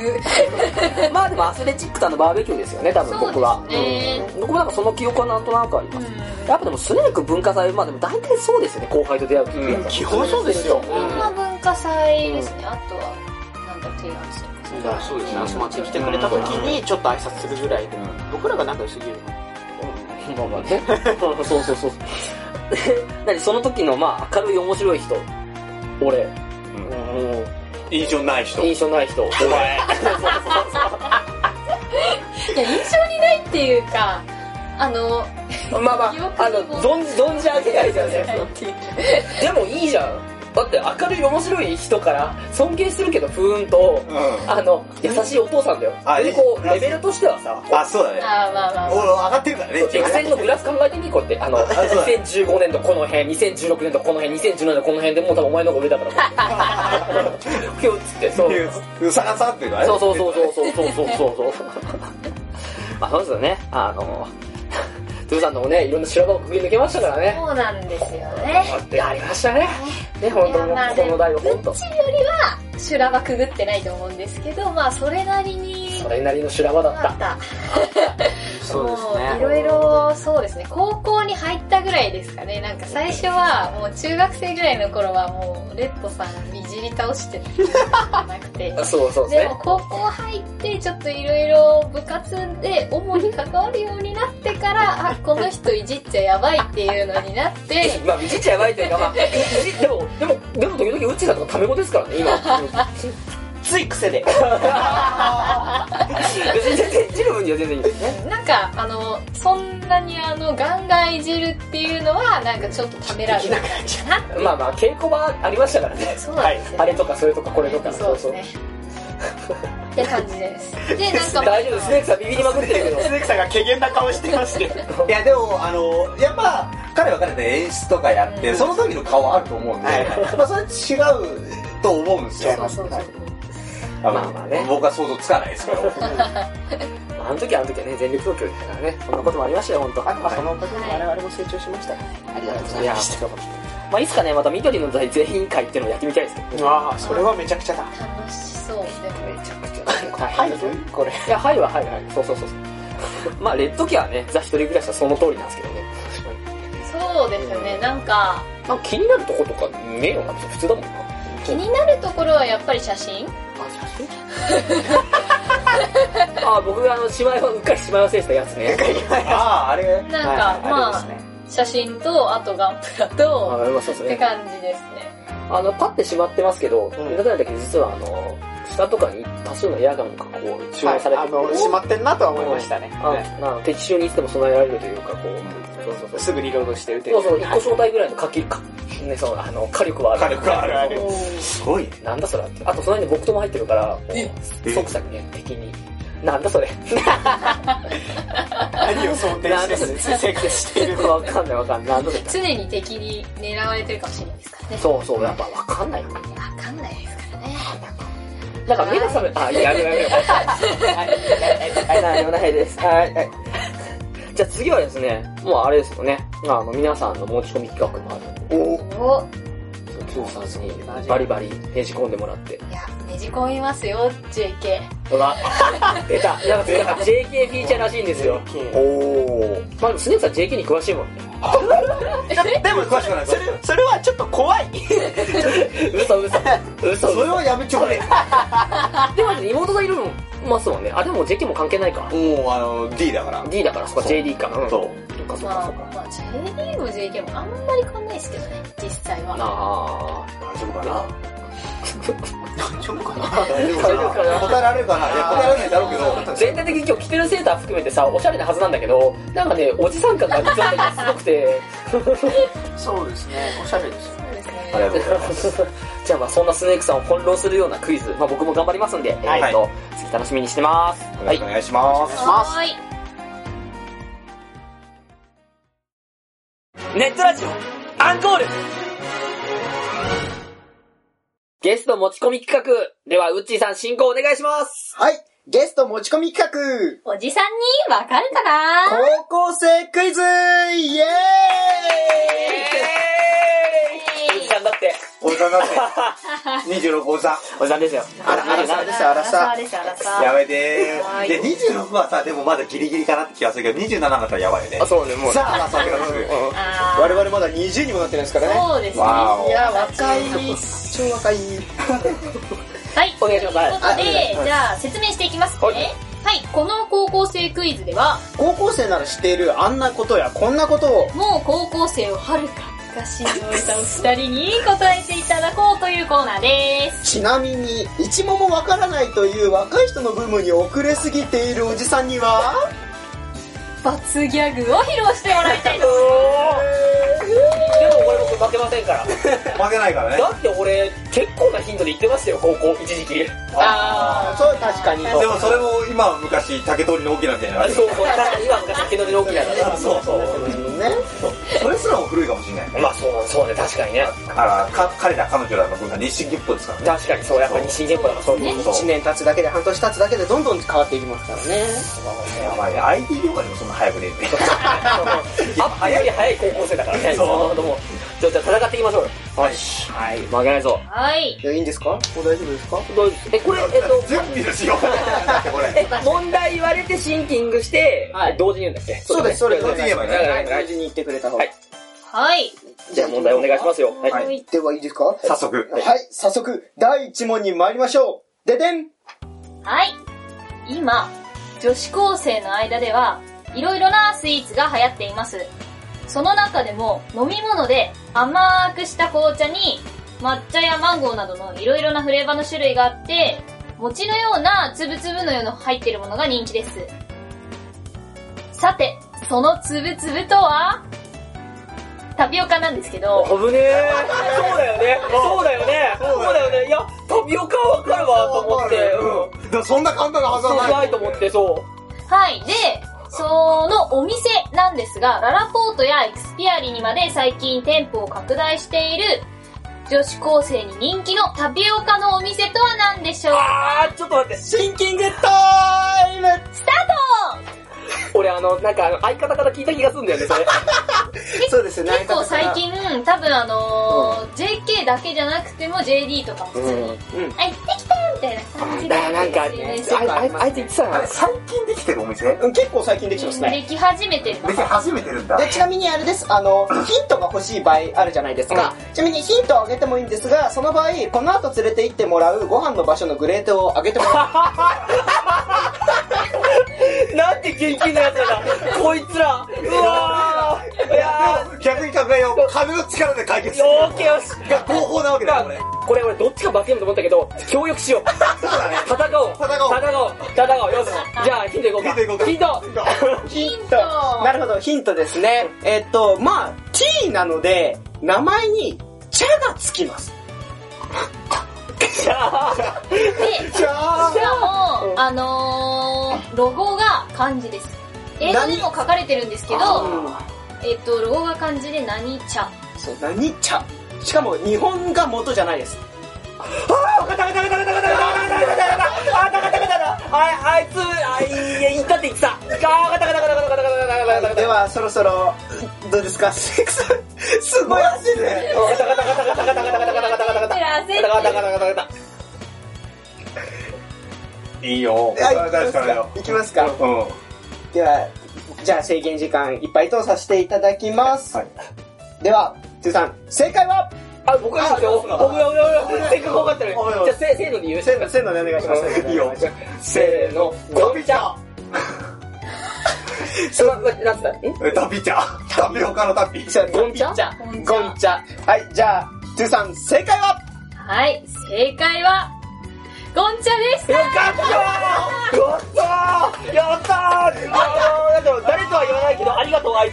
[SPEAKER 1] まあでもアスレチックとあのバーベキューですよね、多分僕は
[SPEAKER 3] そう。ですね
[SPEAKER 1] うん僕なんかその記憶はなんとなくあります。やっぱでもスネーク文化祭、まあでも大体そうですよね、後輩と出会う時ってやっぱ。
[SPEAKER 4] 基本そうですよ
[SPEAKER 3] こんな文化祭ですね。あとは、なんだろう、提案する。
[SPEAKER 4] だからそうですね遊びに来てくれた時にちょっと挨拶するぐらいで僕らが仲良すぎる
[SPEAKER 1] まあまあね。 そうそうそう。で 何その時のまあ明るい面白い人、俺、うん
[SPEAKER 2] 印象ない人
[SPEAKER 1] 印象ない人、お前。
[SPEAKER 3] いや、印象にないっていうか、あの、
[SPEAKER 1] まあまあ
[SPEAKER 3] 記憶、
[SPEAKER 1] あの
[SPEAKER 3] にも、
[SPEAKER 1] 存じ、存じ上げないじゃん
[SPEAKER 3] ないっていう。
[SPEAKER 1] でもいいじゃん。だって明るい面白い人から尊敬するけど、ふーんと、
[SPEAKER 2] うん
[SPEAKER 1] あの、優しいお父さんだよ。
[SPEAKER 2] あ
[SPEAKER 1] で、こう、
[SPEAKER 2] いい
[SPEAKER 1] レベルとしてはさ、
[SPEAKER 2] あそうだね
[SPEAKER 3] あーまあまあ
[SPEAKER 2] 俺
[SPEAKER 3] まあ。
[SPEAKER 2] 上がってるからね
[SPEAKER 1] エクセルのグラフ考えてみ、こうやって。あの、
[SPEAKER 2] そうだ
[SPEAKER 1] 2015年度この辺、2016年度この辺、2017年度この辺でもう多分お前の方が上だから、こう。ピュッつって、そう。
[SPEAKER 2] うさがさっていうからね
[SPEAKER 1] そうそうそうそうそうそうそうそう。まあそうですよね。あの、トゥーさんのもね、いろんな修羅場をくぐり抜けましたからね。
[SPEAKER 3] そうなんですよね。
[SPEAKER 1] やりましたね。ね、本当
[SPEAKER 3] いやまあ
[SPEAKER 1] に、この台は本当。
[SPEAKER 3] うちよりは、修羅場くぐってないと思うんですけど、まあ、それなりに、
[SPEAKER 1] それなりの修羅場だ
[SPEAKER 3] あ
[SPEAKER 1] っ
[SPEAKER 3] った。
[SPEAKER 4] そうです
[SPEAKER 3] もうい
[SPEAKER 4] ね
[SPEAKER 3] ろいろそうですね高校に入ったぐらいですかねなんか最初はもう中学生ぐらいの頃はもうレッドさんいじり倒してなくて
[SPEAKER 1] た。そうそうです
[SPEAKER 3] で
[SPEAKER 1] ね
[SPEAKER 3] も。高校入ってちょっといろいろ部活で主に関わるようになってからあこの人いじっちゃやばいっていうのになって
[SPEAKER 1] まあ、見ちっちゃやばいというか、まあ、いじでも、でも、でも時々、うっちーさんとかタメ語ですからね、今。
[SPEAKER 4] つい癖で
[SPEAKER 1] 別に全然、いじる分には全然いいんですね。
[SPEAKER 3] なんかあのそんなにあのガンガンいじるっていうのはなんかちょっとためらうかなって
[SPEAKER 1] まあまあ、稽古場ありましたからね。
[SPEAKER 3] そうなんですよね
[SPEAKER 1] あれとか、それとか、これとか。
[SPEAKER 3] そうですね。って感 じです。で、なんか、
[SPEAKER 1] 大丈夫、スネークさんビビりまくってるけど。
[SPEAKER 4] 鈴木さんが怪げな顔してまして
[SPEAKER 2] いやでもあのやっぱ彼は彼で演出とかやって、
[SPEAKER 3] うん
[SPEAKER 2] その時の顔はあると思うんで、
[SPEAKER 4] はいは
[SPEAKER 2] まあそれ違うと思うんですよ
[SPEAKER 3] そうそうそう。
[SPEAKER 2] あの
[SPEAKER 1] まあまあね
[SPEAKER 2] 僕は想像つかないですけど
[SPEAKER 1] まああの時はあの時はね、全力投球ですからね。そんなこともありましたよ、本 当。
[SPEAKER 4] あでもそのおかげで我々も成長しましたありがとうござ
[SPEAKER 1] い
[SPEAKER 4] い
[SPEAKER 1] や
[SPEAKER 4] まし
[SPEAKER 1] まあ、いつかね、また緑の財全員会っていうのをやってみたいですけどね。
[SPEAKER 4] たああそれはめちゃくちゃだ
[SPEAKER 3] 楽しそう。でも、
[SPEAKER 1] めちゃくちゃ
[SPEAKER 4] は
[SPEAKER 1] 大
[SPEAKER 4] い
[SPEAKER 1] 変。
[SPEAKER 4] これ
[SPEAKER 1] いや、はいははいはい。そうそうそうそう。まあ、レッドキャはね、ザ一人暮らしはその通りなんですけどね。
[SPEAKER 3] そうですね、なんか、
[SPEAKER 1] なんか気になるとことかねえよな、別に普通だもんな。
[SPEAKER 3] 気になるところはやっぱり写真
[SPEAKER 1] あ写真 あ僕があのしまいはうっかりしまい忘れてたやつね
[SPEAKER 2] ああ、あれ
[SPEAKER 3] なんか、
[SPEAKER 1] はい
[SPEAKER 3] ま
[SPEAKER 1] あ
[SPEAKER 3] あ
[SPEAKER 1] れですね
[SPEAKER 3] 写真とあとガンプラ
[SPEAKER 1] あ
[SPEAKER 3] と
[SPEAKER 1] まあそうです
[SPEAKER 3] って
[SPEAKER 1] ね
[SPEAKER 3] 感じですね
[SPEAKER 1] あのパってしまってますけど
[SPEAKER 4] ん
[SPEAKER 1] 目立たないだけで実はあの下とかに多数のエアガンがこう収納され
[SPEAKER 4] あ
[SPEAKER 1] てて、
[SPEAKER 4] の、しまってんなとは思いましたね。
[SPEAKER 1] あな敵襲にいつでも備えられるというかこう、そうそうそう
[SPEAKER 4] すぐリロードして打てる。
[SPEAKER 1] そうそう一個正体ぐらいの火器かねそのあの火力はある
[SPEAKER 2] 火力あるある。すごいね。
[SPEAKER 1] なんだそれってあとその辺に僕とも入ってるからこう即座にね敵になんだそれ
[SPEAKER 4] 何を想定して生活しているの
[SPEAKER 1] わかんないわかんないなんだそれ
[SPEAKER 3] 常に敵に狙われてるかもしれないですからね
[SPEAKER 1] そうそうやっぱわかんないよね
[SPEAKER 3] わかんないですからね
[SPEAKER 1] なんか目が覚めた。あ、やめようやめよう。はい、何もないです。はい、はい。じゃあ次はですね、もうあれですよね。あの、皆さんの持ち込み企画もあるんで、
[SPEAKER 4] お
[SPEAKER 3] お
[SPEAKER 1] 通さんにバリバリねじ込んでもらって。
[SPEAKER 3] いやねじ込みますよ JK
[SPEAKER 1] ほら、出た。なんか次は JK フィーチャーらしいんですよ。
[SPEAKER 2] おお。
[SPEAKER 1] まあでも、スネークさん JK に詳しいもんね。
[SPEAKER 4] でも、
[SPEAKER 2] 詳しくない
[SPEAKER 4] それ、それはちょっと怖い。
[SPEAKER 1] 嘘嘘。嘘
[SPEAKER 2] それ
[SPEAKER 1] 嘘。
[SPEAKER 2] はやめちょれ。
[SPEAKER 1] でも妹がいるのますもんね。あ、でも JK も関係ないか。
[SPEAKER 2] もう、あの、D だから。
[SPEAKER 1] D だから、そっか
[SPEAKER 2] そう
[SPEAKER 1] JD か。うん
[SPEAKER 2] そう。
[SPEAKER 1] そっかそっか
[SPEAKER 3] ま
[SPEAKER 1] そ
[SPEAKER 3] あ、
[SPEAKER 1] っか。
[SPEAKER 3] まあ、J リーグ JK もあんまり変わんないですけどね実際は
[SPEAKER 1] あ
[SPEAKER 2] 大丈夫かな
[SPEAKER 4] 大丈夫かな
[SPEAKER 2] 大
[SPEAKER 1] 大
[SPEAKER 2] 丈
[SPEAKER 1] 丈夫かな
[SPEAKER 2] 答えられるかないや、答えられないだろうけど。
[SPEAKER 1] ー全体的に今日着てるセーター含めてさ、おしゃれなはずなんだけど、なんかね、おじさん感が実はすごくて。
[SPEAKER 4] そうですね。おしゃれですよ。
[SPEAKER 3] そうですね
[SPEAKER 2] ありがとうございます。
[SPEAKER 1] じゃあまあそんなスネークさんを翻弄するようなクイズ、まあ僕も頑張りますんで、
[SPEAKER 2] い
[SPEAKER 1] えっと、次楽しみにしてます。は
[SPEAKER 2] よろし
[SPEAKER 1] い
[SPEAKER 2] くお。願いします。
[SPEAKER 4] ます
[SPEAKER 3] はーい
[SPEAKER 1] ネットラジオ、アンコールゲスト持ち込み企画では、ウッチーさん進行お願いします
[SPEAKER 5] はい。ゲスト持ち込み企
[SPEAKER 3] おじさんにわかるかな
[SPEAKER 5] 画、高校生クイズイエーイ
[SPEAKER 1] ウッチーさんだって、
[SPEAKER 2] おじさんだって。26おじさ
[SPEAKER 1] おじさんですよ。
[SPEAKER 5] あら、あらさです、あら
[SPEAKER 3] さ
[SPEAKER 5] さ
[SPEAKER 3] あ。ですあら
[SPEAKER 2] ん。や
[SPEAKER 3] さ
[SPEAKER 2] めて
[SPEAKER 3] は
[SPEAKER 2] ー。
[SPEAKER 3] い
[SPEAKER 2] で、26はさ、でもまだギリギリかなって気がするけど、27がさ、やばいよね。
[SPEAKER 1] そうね、も
[SPEAKER 5] さあ、あら
[SPEAKER 2] さ
[SPEAKER 5] さ。
[SPEAKER 3] あ
[SPEAKER 5] 我々まだ20にもなってないですからね。
[SPEAKER 3] そうですね
[SPEAKER 2] わーお
[SPEAKER 5] いや、若い。超若い。
[SPEAKER 3] はい。
[SPEAKER 1] お願いします
[SPEAKER 3] ということ
[SPEAKER 5] はいお願いし
[SPEAKER 3] で、
[SPEAKER 5] ます
[SPEAKER 3] じゃあ説明していきますね。
[SPEAKER 1] は
[SPEAKER 3] はいい。この高校生クイズでは、
[SPEAKER 5] 高校生なら知っているあんなことやこんなことを。
[SPEAKER 3] もう高校生をはるか昔に終えたお二人に答えていただこうというコーナーです。
[SPEAKER 5] ちなみに、一問もわからないという若い人のブームに遅れすぎているおじさんには、
[SPEAKER 3] 罰ギャグを披露してもらいたいと。
[SPEAKER 1] でも俺僕負けませんから。
[SPEAKER 2] 負けないからね
[SPEAKER 1] だ。って俺、結構な頻度で言ってましたよ、高校、一時期。
[SPEAKER 5] あー、そう、確かに。
[SPEAKER 2] でもそれも今は昔、竹取りの大きな手じゃない
[SPEAKER 1] そう、これ今昔、竹のりの大きなのね。
[SPEAKER 2] そうそう
[SPEAKER 5] ね。
[SPEAKER 2] それすらも古いかもしれない。
[SPEAKER 1] まあそう、そうね、確かにね。
[SPEAKER 2] あら、か彼ら彼女らの文化、日清月歩ですからね。
[SPEAKER 1] 確かにそう、やっぱ日進月歩だからそう
[SPEAKER 3] ね
[SPEAKER 1] いうこ
[SPEAKER 5] 1年経つだけで、半年経つだけで、どんどん変わっていきますからね。
[SPEAKER 2] やばいね、IT 業界でもそんな早くねえんだよ
[SPEAKER 1] と。あ、早い早い高校生だからね。
[SPEAKER 2] そう
[SPEAKER 1] ども。じゃあ、じゃあ戦っていきましょうよ。
[SPEAKER 2] はい。
[SPEAKER 1] はい。負けないぞ。
[SPEAKER 3] はい。
[SPEAKER 5] いや、いいんですかもう大丈夫ですか
[SPEAKER 1] どうえ、これ、えっと、
[SPEAKER 2] 準備ですよ。だってこれ。
[SPEAKER 1] え、問題言われてシンキングして、同時に言うんだっけ
[SPEAKER 5] そうです、そうです。
[SPEAKER 2] どっちに言えばいいの
[SPEAKER 5] はい同時に言ってくれた方
[SPEAKER 1] は
[SPEAKER 5] が。
[SPEAKER 1] い
[SPEAKER 3] はい。
[SPEAKER 1] じゃあ問題お願いしますよ。は。
[SPEAKER 5] はいい。では、いいですか
[SPEAKER 2] 早速。
[SPEAKER 5] はい、早速、第1問に参りましょう。ででん
[SPEAKER 3] はい。今、女子高生の間では、いろいろなスイーツが流行っています。その中でも、飲み物で甘くした紅茶に、抹茶やマンゴーなどのいろいろなフレーバーの種類があって、餅のようなつぶつぶのような入っているものが人気です。さて、そのつぶつぶとはタピオカなんですけど、
[SPEAKER 1] 危ねえ。そうだよね。そうだよね。そうだよね。いや、タピオカはわかるわ、と思って。うん。
[SPEAKER 2] うん。だからそんな簡単なはず
[SPEAKER 1] そう
[SPEAKER 2] は
[SPEAKER 1] な
[SPEAKER 2] ない
[SPEAKER 1] いと思って、そ
[SPEAKER 3] はい。で、そのお店なんですが、ララポートやエクスピアリにまで最近店舗を拡大している女子高生に人気のタピオカのお店とは何でしょ
[SPEAKER 1] う。
[SPEAKER 3] う
[SPEAKER 1] あー、ちょっと待って。
[SPEAKER 5] シンキングタイム
[SPEAKER 3] スター
[SPEAKER 1] 俺、あの、なんか、あの相方から聞いた気がするんだよね、それ。
[SPEAKER 5] そうです
[SPEAKER 3] ト
[SPEAKER 5] ね、
[SPEAKER 3] 結構
[SPEAKER 5] 相
[SPEAKER 3] 最
[SPEAKER 5] 方か
[SPEAKER 3] 近、多分あのー JK だけじゃなくても JD とかも普通に、
[SPEAKER 1] うん
[SPEAKER 3] あ、行ってきたよみたいな感じで
[SPEAKER 1] あなんかあ
[SPEAKER 5] 界
[SPEAKER 1] ああいあいつ言ってた
[SPEAKER 6] あ
[SPEAKER 1] な
[SPEAKER 6] れ最近できてるお店
[SPEAKER 5] うん、結構最近できてますね。
[SPEAKER 3] でき始めてるの
[SPEAKER 6] でき始めてるんだ
[SPEAKER 5] でちなみにあれですあのヒントが欲しい場合あるじゃないですか、ちなみにヒントをあげてもいいんですがその場合この後連れて行ってもらうご飯の場所のグレートをあげてもら
[SPEAKER 1] なんて元気なやつだこいつらうわーいや
[SPEAKER 6] 逆に考えよう金の力で解決す
[SPEAKER 1] ー
[SPEAKER 6] る
[SPEAKER 1] よーけよし
[SPEAKER 6] が合法なわけだよこれ
[SPEAKER 1] これ俺どっちか負けると思ったけど協力しよう戦おう
[SPEAKER 6] 戦おう
[SPEAKER 1] 戦おう戦おうよしじゃあヒントいこう
[SPEAKER 6] ヒ
[SPEAKER 1] か
[SPEAKER 6] ントいこうか
[SPEAKER 1] ヒント
[SPEAKER 5] う
[SPEAKER 3] ヒント
[SPEAKER 5] なるほどヒントですねえっとまあ T なので名前に「茶」がつきます
[SPEAKER 1] じゃあ
[SPEAKER 3] でしかもあのー、ロゴが漢字です英語でも書かれてるんですけどえっとロゴが漢字で何茶
[SPEAKER 5] そう何茶しかも日本が元じゃないです
[SPEAKER 1] ああいつあいや言ったって言ってたガーガタガタガタガタガタガタガタガタガタ
[SPEAKER 5] ではそろそろどうですか セックスすごい焦る
[SPEAKER 3] 焦ってる焦ってる
[SPEAKER 2] いいよ
[SPEAKER 5] は
[SPEAKER 2] 大
[SPEAKER 5] い
[SPEAKER 2] 丈夫だよ
[SPEAKER 5] いきますか
[SPEAKER 2] うん
[SPEAKER 5] ではじゃあ制限時間いっぱいとさせていただきます、
[SPEAKER 2] はい
[SPEAKER 5] ではトゥさん正解は
[SPEAKER 1] あ僕がですよ僕が僕が僕がせっかく分かったのにじゃあせせーので言う
[SPEAKER 5] せーのせーのでお願いします
[SPEAKER 2] いいよ
[SPEAKER 1] せーのゴビ茶そのなんつったん
[SPEAKER 2] えタピちゃんタピオカのタピ
[SPEAKER 5] じゃあ
[SPEAKER 1] ゴン茶
[SPEAKER 3] ゴン
[SPEAKER 5] ゴンチャはいじゃあトゥさん正解は
[SPEAKER 3] はい正解はゴン茶でした
[SPEAKER 1] やったーやったーあのー、なんだろう、誰とは言わないけど、ありがとう、あい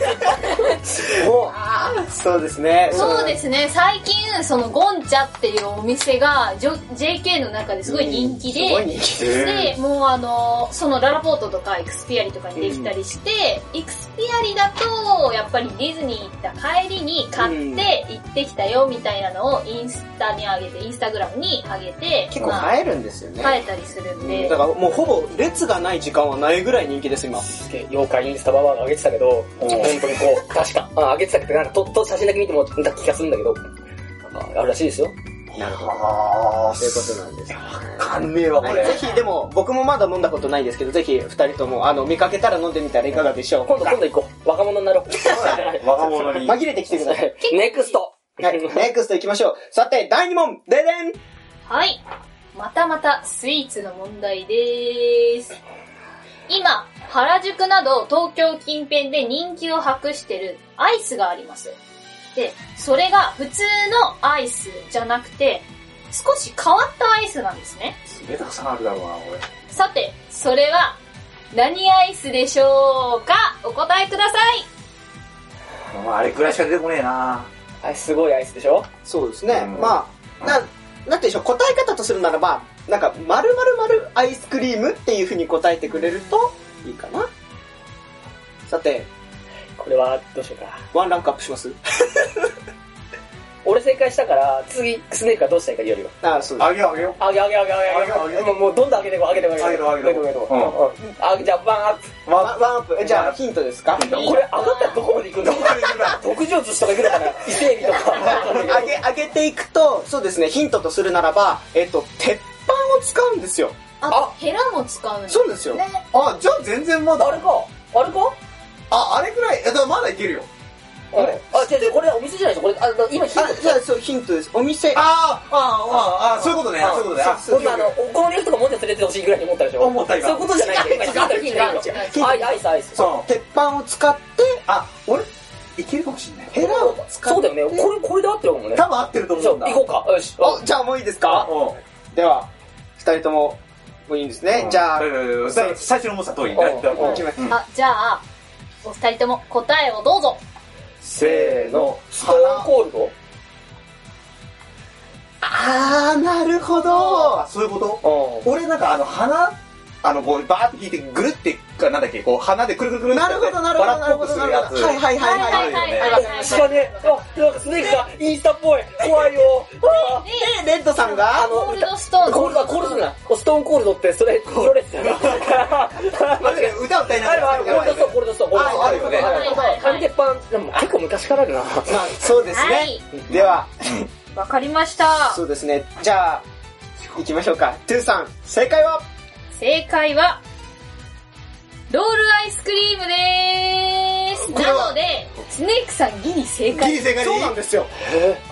[SPEAKER 1] つ。
[SPEAKER 5] そうですね
[SPEAKER 3] そうですね最近そのゴン茶っていうお店がジョ JK の中ですごい人気で、
[SPEAKER 5] すごい人気
[SPEAKER 3] でもうあのそのララポートとかエクスピアリとかにできたりして、エクスピアリだとやっぱりディズニー行った帰りに買って行ってきたよみたいなのをインスタに上げてインスタグラムに上げて
[SPEAKER 5] 結構
[SPEAKER 3] まあ
[SPEAKER 5] 映えるんですよね、
[SPEAKER 3] 買えたりするんで、
[SPEAKER 5] だからもうほぼ列がない時間はないぐらい人気です今
[SPEAKER 1] 妖怪インスタババアが上げてたけど、本当にこう、確か、あ上げてたけど、なんか、と、と写真だけ見ても、なんか気がするんだけど、なんか、あるらしいですよ。
[SPEAKER 5] なるほ
[SPEAKER 6] ああ
[SPEAKER 5] ということなんです、
[SPEAKER 6] 関連はこ
[SPEAKER 5] はい、
[SPEAKER 6] れ
[SPEAKER 5] ぜひでも僕もまだ飲んだことないですけどぜひ2人ともあの見かけたら飲んでみたらいかがでしょう
[SPEAKER 1] 今度、
[SPEAKER 5] か
[SPEAKER 1] 今度 行こう。若者になろう。
[SPEAKER 2] 若者に
[SPEAKER 5] 紛れてきてください
[SPEAKER 1] ネクスト
[SPEAKER 5] はい、ネクスト行きましょう。さて、第2問、ででん
[SPEAKER 3] はいまたまたスイーツの問題です今原宿など東京近辺で人気を博してるアイスがありますでそれが普通のアイスじゃなくて少し変わったアイスなんですね
[SPEAKER 6] すげえたくさんあるだろうな俺
[SPEAKER 3] さてそれは何アイスでしょうかお答えください
[SPEAKER 6] まああれくらいしか出てこねえな
[SPEAKER 1] あすごいアイスでしょ
[SPEAKER 5] そうですね。
[SPEAKER 6] うん
[SPEAKER 5] まあ、な、なんて言うんでしょう、答え方とするならば、なんか、まるまるまるアイスクリームっていう風に答えてくれるといいかな。さて、
[SPEAKER 1] これは、どうしようか。
[SPEAKER 5] ワンランクアップします
[SPEAKER 1] 俺正解したから、次、スネークはどうしたいか言えるよ。
[SPEAKER 5] あそうで
[SPEAKER 6] あげようあげよ
[SPEAKER 1] あげあげあげあげあげもうもうどんどんあげてこう、あげてこう、あげてこう、あげてこう、あげてこう。うん。あ、じゃあ、ワンアップ。
[SPEAKER 6] う
[SPEAKER 5] す。
[SPEAKER 6] ま
[SPEAKER 5] ワンワンアップ。えじゃあ、ヒントですか
[SPEAKER 6] ヒント
[SPEAKER 1] これ、上がったらどこまで行 くんだ特上寿司とか行くのかな伊勢海老とか
[SPEAKER 5] 上。げ、上げていくと、そうですね、ヒントとするならば、えっと、鉄板を使うんですよ。
[SPEAKER 3] あヘラも使うんです
[SPEAKER 5] そうですよ。
[SPEAKER 3] ね
[SPEAKER 6] あじゃあ全然ま
[SPEAKER 1] あれ
[SPEAKER 6] だ
[SPEAKER 1] かあれか
[SPEAKER 6] ああれくらいえだからまだいけるよ
[SPEAKER 1] あれあ、違う違う、これお店じゃないですよ。これ、あの、今ヒン
[SPEAKER 5] あ
[SPEAKER 1] ト、
[SPEAKER 5] じゃあ、そう、ヒントです。お店。
[SPEAKER 6] あーああああそういうことね
[SPEAKER 1] あ
[SPEAKER 6] そういうことねあ
[SPEAKER 1] そんなあの、お好み焼きとかもんじゃ連れてほしいぐらいに思ったでしょ
[SPEAKER 6] 思った今
[SPEAKER 1] そういうことじゃないよ。 今、ヒント、ヒント、ヒント。アイス、アイス、アイス。
[SPEAKER 6] そ
[SPEAKER 5] 鉄板を使って、
[SPEAKER 6] あ俺いけるかもしんない
[SPEAKER 5] ヘラを使っ
[SPEAKER 1] そう
[SPEAKER 5] て。
[SPEAKER 1] だよね。これ、これで合ってるかもね。
[SPEAKER 6] 多分合ってると思
[SPEAKER 1] そ
[SPEAKER 6] う
[SPEAKER 1] うん
[SPEAKER 6] だ
[SPEAKER 1] 行こうか。よし。
[SPEAKER 5] お、じゃあもういいですかでは、二人とも、もういいんですね。
[SPEAKER 6] うん
[SPEAKER 5] じゃあ
[SPEAKER 6] い、やいやいやさ最初の思った通り
[SPEAKER 1] うん
[SPEAKER 6] だだ
[SPEAKER 1] うん
[SPEAKER 5] 決めて
[SPEAKER 3] あじゃあお二人とも答えをどうぞ
[SPEAKER 1] せーの。ストーンコールド
[SPEAKER 5] あー、なるほど
[SPEAKER 6] あ。そういうこと
[SPEAKER 1] う
[SPEAKER 6] 俺なんかあの鼻あのこうバーって聞いてぐるってかなんだっけこう鼻でくるくるくるって
[SPEAKER 5] なるほど、なるほど、
[SPEAKER 6] バ
[SPEAKER 5] な
[SPEAKER 6] ラ
[SPEAKER 5] る
[SPEAKER 6] っぽ
[SPEAKER 5] ほ
[SPEAKER 6] くす
[SPEAKER 5] ど、な
[SPEAKER 6] る
[SPEAKER 5] る
[SPEAKER 6] や
[SPEAKER 5] ほ
[SPEAKER 6] つ
[SPEAKER 5] ど。はいはいはいは
[SPEAKER 6] あ
[SPEAKER 5] い
[SPEAKER 6] るよね
[SPEAKER 3] はいはい
[SPEAKER 1] ん。知らねえ。あ、なんかスネークさん、インスタっぽい。怖いよ。あー
[SPEAKER 5] はい。で、レッドさん
[SPEAKER 1] の
[SPEAKER 5] が、
[SPEAKER 3] コールドストーン
[SPEAKER 1] コールド、コールドじゃない。ストーンコールドって、それ、プロレスだよ。
[SPEAKER 6] あれ歌歌いなが
[SPEAKER 1] ある
[SPEAKER 6] ら
[SPEAKER 1] ある、コールドストーン、コールドストーン、コールドストーン。
[SPEAKER 6] あるよね
[SPEAKER 1] あるある
[SPEAKER 3] はい
[SPEAKER 1] 紙鉄板、でも結構昔からあるな。
[SPEAKER 5] まあ、そうです
[SPEAKER 3] は
[SPEAKER 5] ね。
[SPEAKER 3] い
[SPEAKER 5] では、
[SPEAKER 3] わかりました
[SPEAKER 5] そうですね。じゃあ、行きましょうか。トゥーさん、正解は
[SPEAKER 3] 正解は、ロールアイスクリームでーす
[SPEAKER 6] これは
[SPEAKER 3] なので、スネークさんギリ正
[SPEAKER 6] ギリ
[SPEAKER 3] 解。
[SPEAKER 6] 正解でいい
[SPEAKER 5] そ
[SPEAKER 6] う
[SPEAKER 5] なんですよ。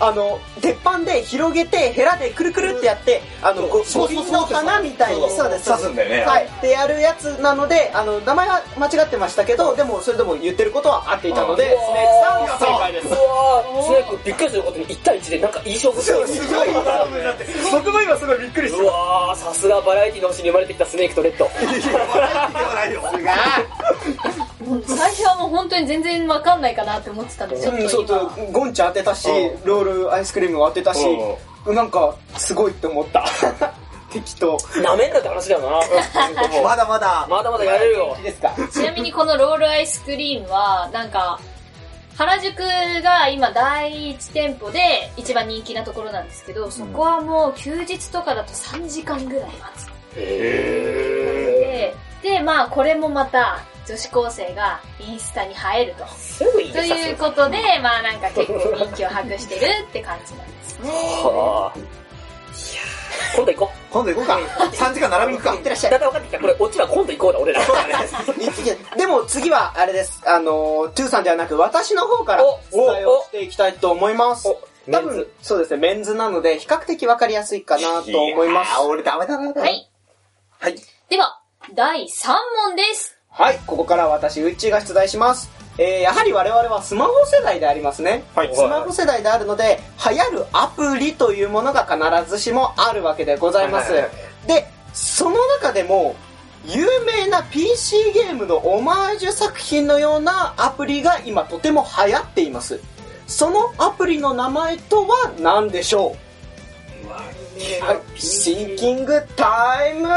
[SPEAKER 5] あの、鉄板で広げて、ヘラでくるくるってやって、あの、こう
[SPEAKER 6] そう
[SPEAKER 5] 五
[SPEAKER 6] そうそう
[SPEAKER 5] 輪の花みたいに、そうです。
[SPEAKER 6] 刺すんだよね。
[SPEAKER 5] はい。ってやるやつなので、あの、名前は間違ってましたけど、でも、それでも言ってることは合っていたので、スネークさん、正解です。
[SPEAKER 1] うわースネークびっくりすることに1対1でなんかいい勝負してる
[SPEAKER 6] すごいだって。
[SPEAKER 5] 僕も今すごいびっくり
[SPEAKER 1] うわーさすがバラエティの星に生まれてきたスネークとレッド
[SPEAKER 3] 最初はもう本当に全然わかんないかなって思ってたんで、ちょっ
[SPEAKER 5] うん、そ
[SPEAKER 3] と
[SPEAKER 5] うと
[SPEAKER 3] 今。、
[SPEAKER 5] ゴンチャ当てたし、ロールアイスクリームも当てたし、なんか、すごいって思った。 適当。
[SPEAKER 1] なめんなって話だよな
[SPEAKER 6] まだまだ。
[SPEAKER 1] まだまだやれるよ
[SPEAKER 5] いいですか
[SPEAKER 3] ちなみにこのロールアイスクリームは、なんか、原宿が今第一店舗で一番人気なところなんですけど、そこはもう休日とかだと3時間ぐらい待つ。で、で、まあこれもまた女子高生がインスタに映えると。
[SPEAKER 1] すぐいい
[SPEAKER 3] と
[SPEAKER 1] です
[SPEAKER 3] いうことで、まあなんか結構人気を博してるって感じなんですね。
[SPEAKER 1] はあいやー今度行こ
[SPEAKER 6] 今度行こうか。3時間並びに行くか。
[SPEAKER 5] いってらっし
[SPEAKER 1] う
[SPEAKER 5] ゃい
[SPEAKER 1] だん。だん分かってきたこれオチは今度行こうだ俺ら
[SPEAKER 5] いいけどでも次は、あれです。あのー、トゥーさんではなく、私の方から
[SPEAKER 1] お
[SPEAKER 5] お伝えをしていきたいと思います
[SPEAKER 1] お。
[SPEAKER 5] 多
[SPEAKER 1] メン
[SPEAKER 5] 分
[SPEAKER 1] ズ、
[SPEAKER 5] そうですね、メンズなので、比較的わかりやすいかなと思います。
[SPEAKER 6] あ、俺ダメだな。
[SPEAKER 3] は。い。
[SPEAKER 6] はい。
[SPEAKER 3] では、第3問です。
[SPEAKER 5] はい、ここからは私、ウッチーが出題します。えー、やはり我々はスマホ世代でありますね。
[SPEAKER 6] はい
[SPEAKER 5] スマホ世代であるので、流行るアプリというものが必ずしもあるわけでございます。
[SPEAKER 6] はいはい
[SPEAKER 5] で、その中でも、有名な PC ゲームのオマージュ作品のようなアプリが今とても流行っています。そのアプリの名前とは何でしょうはい、シンキングタイム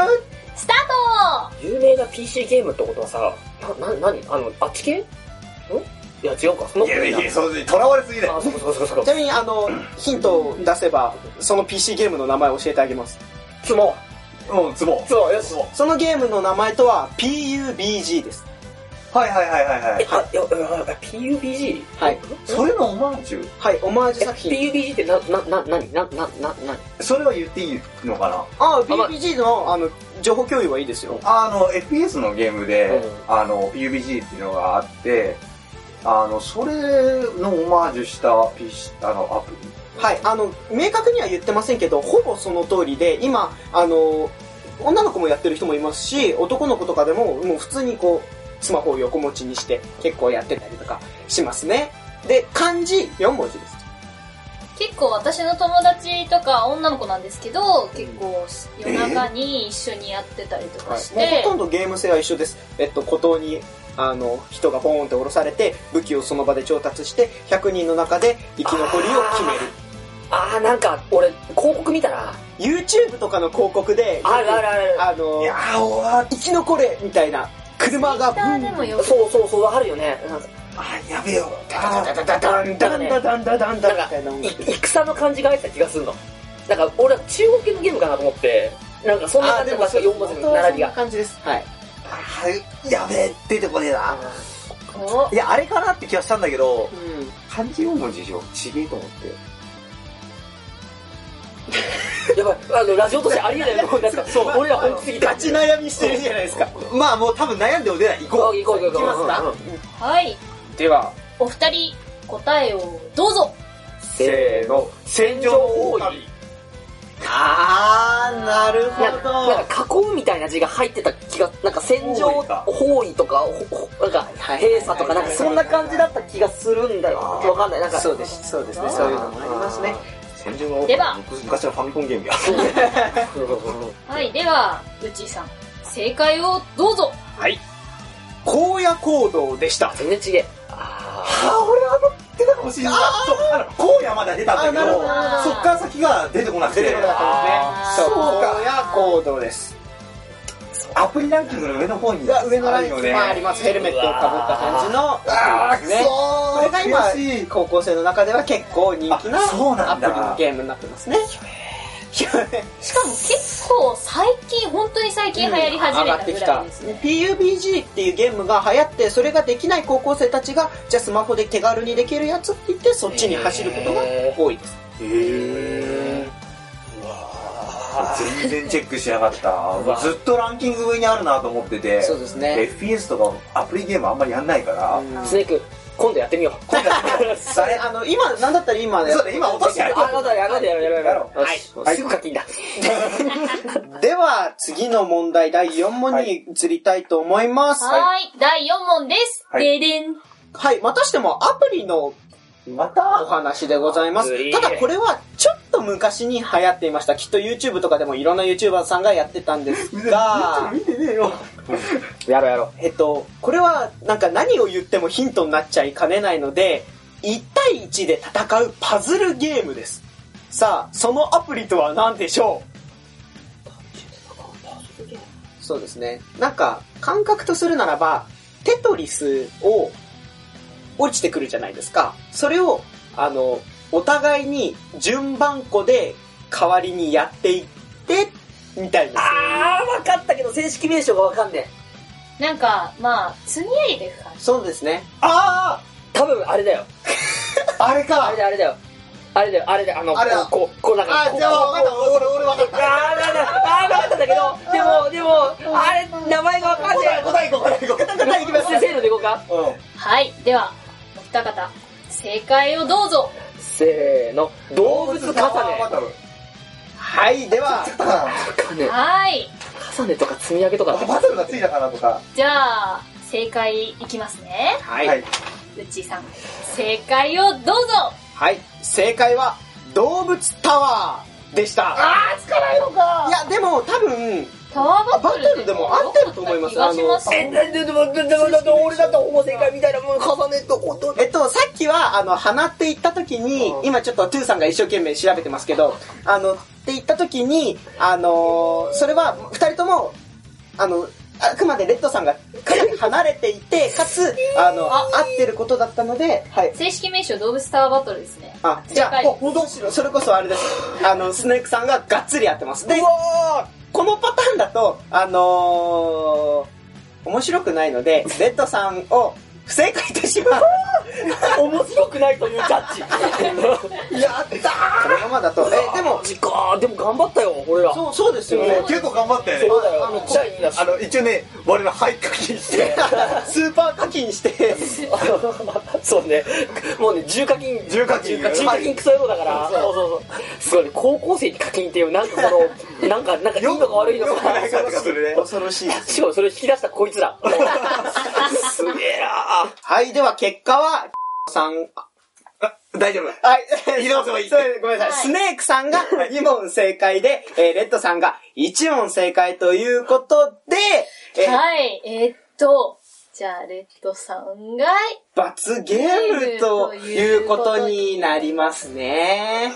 [SPEAKER 3] スタート
[SPEAKER 1] 有名な PC ゲームってことはさなな何あのあっち系んいや違うかその
[SPEAKER 6] いやいや、そう、囚われすぎだよ。
[SPEAKER 1] あそうかそうかそうかそう
[SPEAKER 5] ちなみにあの、ヒントを出せば、その PC ゲームの名前を教えてあげます。
[SPEAKER 1] つも
[SPEAKER 6] うん、ツボ。
[SPEAKER 1] つもよし
[SPEAKER 5] そのゲームの名前とは PUBG です。
[SPEAKER 6] はいはいはいはいは
[SPEAKER 1] え
[SPEAKER 6] い。
[SPEAKER 1] あいやああ PUBG
[SPEAKER 5] はい。
[SPEAKER 6] それのオマージュ
[SPEAKER 5] はい、オマージュ作品。
[SPEAKER 1] PUBG ってななななになななな
[SPEAKER 6] それは言っていいのかな
[SPEAKER 5] ああ、
[SPEAKER 1] あまあ
[SPEAKER 5] PUBG の、あの、情報共有はいいですよ。
[SPEAKER 6] あの、FPS のゲームで、
[SPEAKER 1] う
[SPEAKER 6] あの、UBG っていうのがあって、あの、それのオマージュした PC、あの、アプリ。
[SPEAKER 5] はい、あの、明確には言ってませんけど、ほぼその通りで、今、あの、女の子もやってる人もいますし、男の子とかでも、もう普通にこう、スマホを横持ちにして、結構やってたりとかしますね。で、漢字4文字です。
[SPEAKER 3] 結構私の友達とか女の子なんですけど、結構夜中に一緒にやってたりとかして、
[SPEAKER 5] もうほとんどゲーム性は一緒です。えっと、孤島に、あの、人がポーンって降ろされて、武器をその場で調達して、100人の中で生き残りを決める。
[SPEAKER 1] あーなんか俺広告見たら
[SPEAKER 5] YouTube とかの広告で、
[SPEAKER 1] あるあるある
[SPEAKER 5] あの
[SPEAKER 6] い、やー、おわ
[SPEAKER 5] 生き残れみたいな、車が、
[SPEAKER 3] ツイッターでもよく
[SPEAKER 1] そうそうそうあるよねなんか
[SPEAKER 6] あ、やべえよ。
[SPEAKER 5] ダダダダンダンダダンダダンダンみたいな音
[SPEAKER 1] い
[SPEAKER 5] 楽。
[SPEAKER 1] 戦の感じが入ってた気がするのなんか俺は中国系のゲームかなと思ってなんかそんな感じの確か4文字の並び
[SPEAKER 5] そんな
[SPEAKER 1] が
[SPEAKER 5] 感じです。はい。
[SPEAKER 6] はい、やべえ、出てこねえな。
[SPEAKER 3] こ
[SPEAKER 6] いや、あれかなって気はしたんだけど、漢字4文字以上、ちげえと思って。
[SPEAKER 1] やばいあのラジオとしてありえないもんなんかそう俺ら本気すぎて
[SPEAKER 5] ガチ悩みしてるじゃないですか。
[SPEAKER 6] まあもう多分悩んでも出ない。行こ
[SPEAKER 1] 行
[SPEAKER 6] う。
[SPEAKER 1] こう行こう行こ
[SPEAKER 6] 行
[SPEAKER 1] う
[SPEAKER 6] きますか
[SPEAKER 1] うん
[SPEAKER 3] うはい。
[SPEAKER 5] では、
[SPEAKER 3] お二人、答えをどうぞ
[SPEAKER 1] せーの
[SPEAKER 6] 戦場多い。
[SPEAKER 5] あー、なるほど。
[SPEAKER 1] なんか囲うみたいな字が入ってた気がなんか戦場包囲とかほほなんか閉鎖とかなんかそんな感じだった気がするんだよわかんないなんか
[SPEAKER 5] そうです、そうですね。そういうのもありますね。
[SPEAKER 6] 戦場多
[SPEAKER 3] では
[SPEAKER 6] 昔のファミコンゲームや。
[SPEAKER 3] はい、では、うちーさん、正解をどうぞ
[SPEAKER 5] 荒野行動でした。
[SPEAKER 1] 全然違えあー
[SPEAKER 6] あ、俺あの、出たかもしれない。そう、あの、荒野まで出たんだけど、そっ
[SPEAKER 3] なるほど
[SPEAKER 6] から先が出てこなくて。
[SPEAKER 5] 出てこなかったです
[SPEAKER 6] そ
[SPEAKER 5] ね。
[SPEAKER 6] うか
[SPEAKER 5] 荒野行動です。
[SPEAKER 6] アプリランキングの上の方に。
[SPEAKER 5] 上のライン
[SPEAKER 6] あるよ
[SPEAKER 5] に
[SPEAKER 6] ね。
[SPEAKER 5] あります。ヘルメットをかぶった感じの。
[SPEAKER 6] あー、く
[SPEAKER 5] ねこれが
[SPEAKER 6] そー。
[SPEAKER 5] 今、高校生の中では結構人気
[SPEAKER 6] あそう
[SPEAKER 5] な
[SPEAKER 6] な
[SPEAKER 5] ア
[SPEAKER 6] ん
[SPEAKER 5] プ
[SPEAKER 6] だ
[SPEAKER 5] リのゲームになってますね。
[SPEAKER 3] しかも結構最近、本当に最近流行り始めたぐらいですね。
[SPEAKER 5] PUBG っていうゲームが流行って、それができない高校生たちが、じゃあスマホで手軽にできるやつって言って、そっちに走ることが多いです。
[SPEAKER 6] へー。うわ
[SPEAKER 5] あ
[SPEAKER 6] 全然チェックしなかった
[SPEAKER 1] わ
[SPEAKER 6] ずっとランキング上にあるなと思ってて
[SPEAKER 5] そうですね
[SPEAKER 6] FPS とかアプリゲームあんまりやんないから、
[SPEAKER 5] うん
[SPEAKER 1] スネーク今度やってみよう今度やってみよう
[SPEAKER 5] あれ、あの、今、なんだったら今ね
[SPEAKER 6] そう。だ今落としてやる
[SPEAKER 1] あなたやらないでやろうやろうやろう
[SPEAKER 6] やろう
[SPEAKER 1] はい
[SPEAKER 6] はい
[SPEAKER 1] すぐ課金だ
[SPEAKER 5] では、次の問題、第4問に移りたいと思います。はい、
[SPEAKER 3] はーい。第4問です。
[SPEAKER 6] はい
[SPEAKER 3] ででん。
[SPEAKER 5] またしてもアプリの
[SPEAKER 6] ま
[SPEAKER 5] お
[SPEAKER 6] た
[SPEAKER 5] 話でございま
[SPEAKER 1] アプ
[SPEAKER 5] す。
[SPEAKER 1] リ
[SPEAKER 5] ただこれは、ちょっと昔に流行っていました。きっと YouTube とかでもいろんな YouTuber さんがやってたんですが、
[SPEAKER 1] やろうやろ
[SPEAKER 5] えっと、これは、なんか何を言ってもヒントになっちゃいかねないので、1対1で戦うパズルゲームです。さあ、そのアプリとは何でしょうそうですね。なんか、感覚とするならば、テトリスを落ちてくるじゃないですか。それを、あの、お互いに順番こで代わりにやっていって、みたいな。
[SPEAKER 1] あー分かったけど正式名称が分かんねえ
[SPEAKER 3] なんか、まあ、積み上げていく感じ。
[SPEAKER 5] そうですね。あ
[SPEAKER 1] 多分あれだよ
[SPEAKER 5] ああれか
[SPEAKER 1] あれだよあれだよあれだよあれだよあの
[SPEAKER 5] あれだ
[SPEAKER 1] こうこうなんかこうこう
[SPEAKER 5] った、俺、俺分かっ
[SPEAKER 1] あーなんだあー分かったんだけどでもでもあれ名前が分かんねえ
[SPEAKER 5] 答え行こう、答え行こう。答え行きます。
[SPEAKER 1] せーのでいこうか
[SPEAKER 3] はい。では、お二方、正解をどうぞ。
[SPEAKER 1] せーの動物重ね
[SPEAKER 5] はい、では、
[SPEAKER 1] 重ね
[SPEAKER 3] はーい。
[SPEAKER 1] 重ねとか積み上げとか
[SPEAKER 6] バトルがついたかなとか
[SPEAKER 3] じゃあ、正解いきますね。
[SPEAKER 5] は
[SPEAKER 6] はい
[SPEAKER 5] い。
[SPEAKER 3] うっちーさん。正解をどうぞ
[SPEAKER 5] はい、正解は、動物タワーでした。
[SPEAKER 3] あー、つかないのか
[SPEAKER 5] いや、でも多分、
[SPEAKER 3] タワーバトル
[SPEAKER 5] バトルでも合ってると思います
[SPEAKER 3] 良かった気がします
[SPEAKER 1] え、なんで、でも、でも、でも、だって俺だってホモ正解みたいなもん重ねとこと。
[SPEAKER 5] えっと、さっきは、あの、鼻って言った時に、今ちょっとトゥーさんが一生懸命調べてますけど、あの、って言った時に、あのーそれは、二人とも、あの、あくまでレッドさんがかなり離れていて、かつ、あの、
[SPEAKER 3] あ
[SPEAKER 5] 合ってることだったので、はい。
[SPEAKER 3] 正式名称動物タワーバトルですね。
[SPEAKER 5] あ、じゃ
[SPEAKER 3] 正解
[SPEAKER 5] あ、お、どうしろ。それこそあれです。あの、スネークさんががっつりやってます。で、このパターンだと、あのー、面白くないの で、レッドさんを不正解とします。
[SPEAKER 1] 面白くないというジャッジ。
[SPEAKER 5] やった ーこのままだ と、え、でも、
[SPEAKER 1] ジか、でも頑張ったよ、俺ら。
[SPEAKER 5] そう、そうですよね。
[SPEAKER 6] 結構頑張ったよね
[SPEAKER 1] そうだよ
[SPEAKER 5] あの
[SPEAKER 1] じゃあいいな
[SPEAKER 6] あの一応ね我の肺課金して
[SPEAKER 5] スーパー課金して、
[SPEAKER 1] そうね。もうね、重課金。
[SPEAKER 6] 重課金
[SPEAKER 1] 重重課金クソ野郎だから。そうそうそう。すごいね、高校生に課金っていう、なんかこの、なんか、なんかいいのか悪いの
[SPEAKER 6] よく
[SPEAKER 1] か
[SPEAKER 6] な。い感じがするね
[SPEAKER 5] 恐ろしいです。
[SPEAKER 1] しかもそれを引き出したこいつ ら。すげえな
[SPEAKER 5] はい、では結果は、さん、
[SPEAKER 6] 大丈夫
[SPEAKER 5] はい、
[SPEAKER 6] 入れ直せばいい
[SPEAKER 5] それごめんな
[SPEAKER 3] は
[SPEAKER 5] さ
[SPEAKER 3] い
[SPEAKER 5] い。スネークさんが2問正解で、えーレッドさんが1問正解ということで、えー
[SPEAKER 3] はい。えーっと、じゃあ、レッドさんが、
[SPEAKER 5] 罰ゲームということになりますね。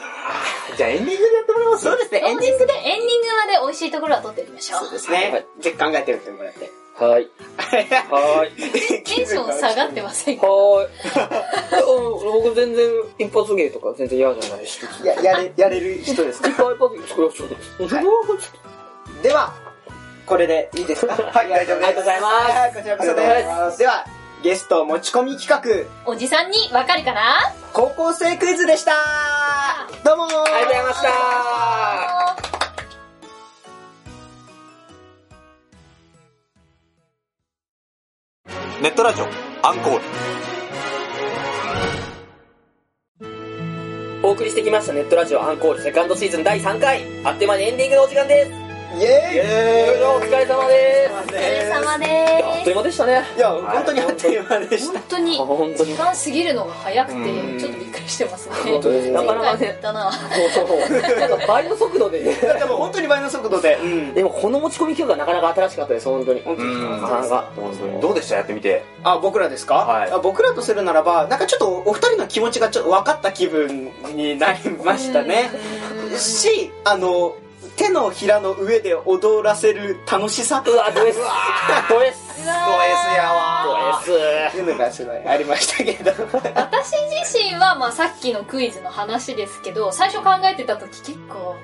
[SPEAKER 6] じゃあエンディングでやってもらいます
[SPEAKER 5] そうですね、エンディング
[SPEAKER 3] グで、エンディングまで美味しいところは取っていきましょう。
[SPEAKER 5] ですね。ぜひ考えてみてもらって。
[SPEAKER 1] はい。はい。
[SPEAKER 3] テンション下がってませんか
[SPEAKER 1] はーい。僕全然一発芸とか全然嫌じゃないし。
[SPEAKER 5] いや、やれ、やれる人です
[SPEAKER 1] い
[SPEAKER 5] か
[SPEAKER 1] っぱい一発芸作らせてください。
[SPEAKER 5] では、これでいいですか はい、大丈夫です。ありがとうございます。はい、こちらこそ
[SPEAKER 1] ありがとうござい
[SPEAKER 5] です。では、ゲスト持ち込み企
[SPEAKER 3] おじさんにわかるかな
[SPEAKER 5] 画、高校生クイズでしたどうもー
[SPEAKER 1] ありがとうございました。
[SPEAKER 2] ネットラジオアンコール
[SPEAKER 1] お送りしてきましたネットラジオアンコールセカンドシーズン第3回あっという間にエンディングのお時間です
[SPEAKER 5] イェ
[SPEAKER 1] いろいろお疲れ様です
[SPEAKER 3] お疲れ様で
[SPEAKER 1] あっという間でしたね
[SPEAKER 5] いや、本当にあっという間でし
[SPEAKER 3] す。
[SPEAKER 5] た。
[SPEAKER 3] 本当に、
[SPEAKER 1] 本当
[SPEAKER 3] 時
[SPEAKER 1] に
[SPEAKER 3] 間過ぎるのが早く
[SPEAKER 6] う
[SPEAKER 3] て、
[SPEAKER 6] ん
[SPEAKER 3] ちょっとびっくりしてますね。
[SPEAKER 1] 本当ですね
[SPEAKER 3] 前回もやったな。
[SPEAKER 1] なんか倍の速度でね
[SPEAKER 5] でも本当に倍の速度で。うん。
[SPEAKER 1] でもこの持ち込み企画がなかなか新しかったです本当に
[SPEAKER 5] 本当に
[SPEAKER 1] なかなか
[SPEAKER 2] どうでしたやってみて
[SPEAKER 5] あ、僕らですか、
[SPEAKER 2] はい
[SPEAKER 5] あ僕らとするならば、なんかちょっとお二人の気持ちがちょっと分かった気分になりましたね。し、あの、手のひらの上で踊らせる楽しさっ
[SPEAKER 1] うわド S ド S
[SPEAKER 3] うわー
[SPEAKER 1] ド S
[SPEAKER 5] ていうのがすごいありましたけど。
[SPEAKER 3] 私自身は、まあ、さっきのクイズの話ですけど、最初考えてた時結構、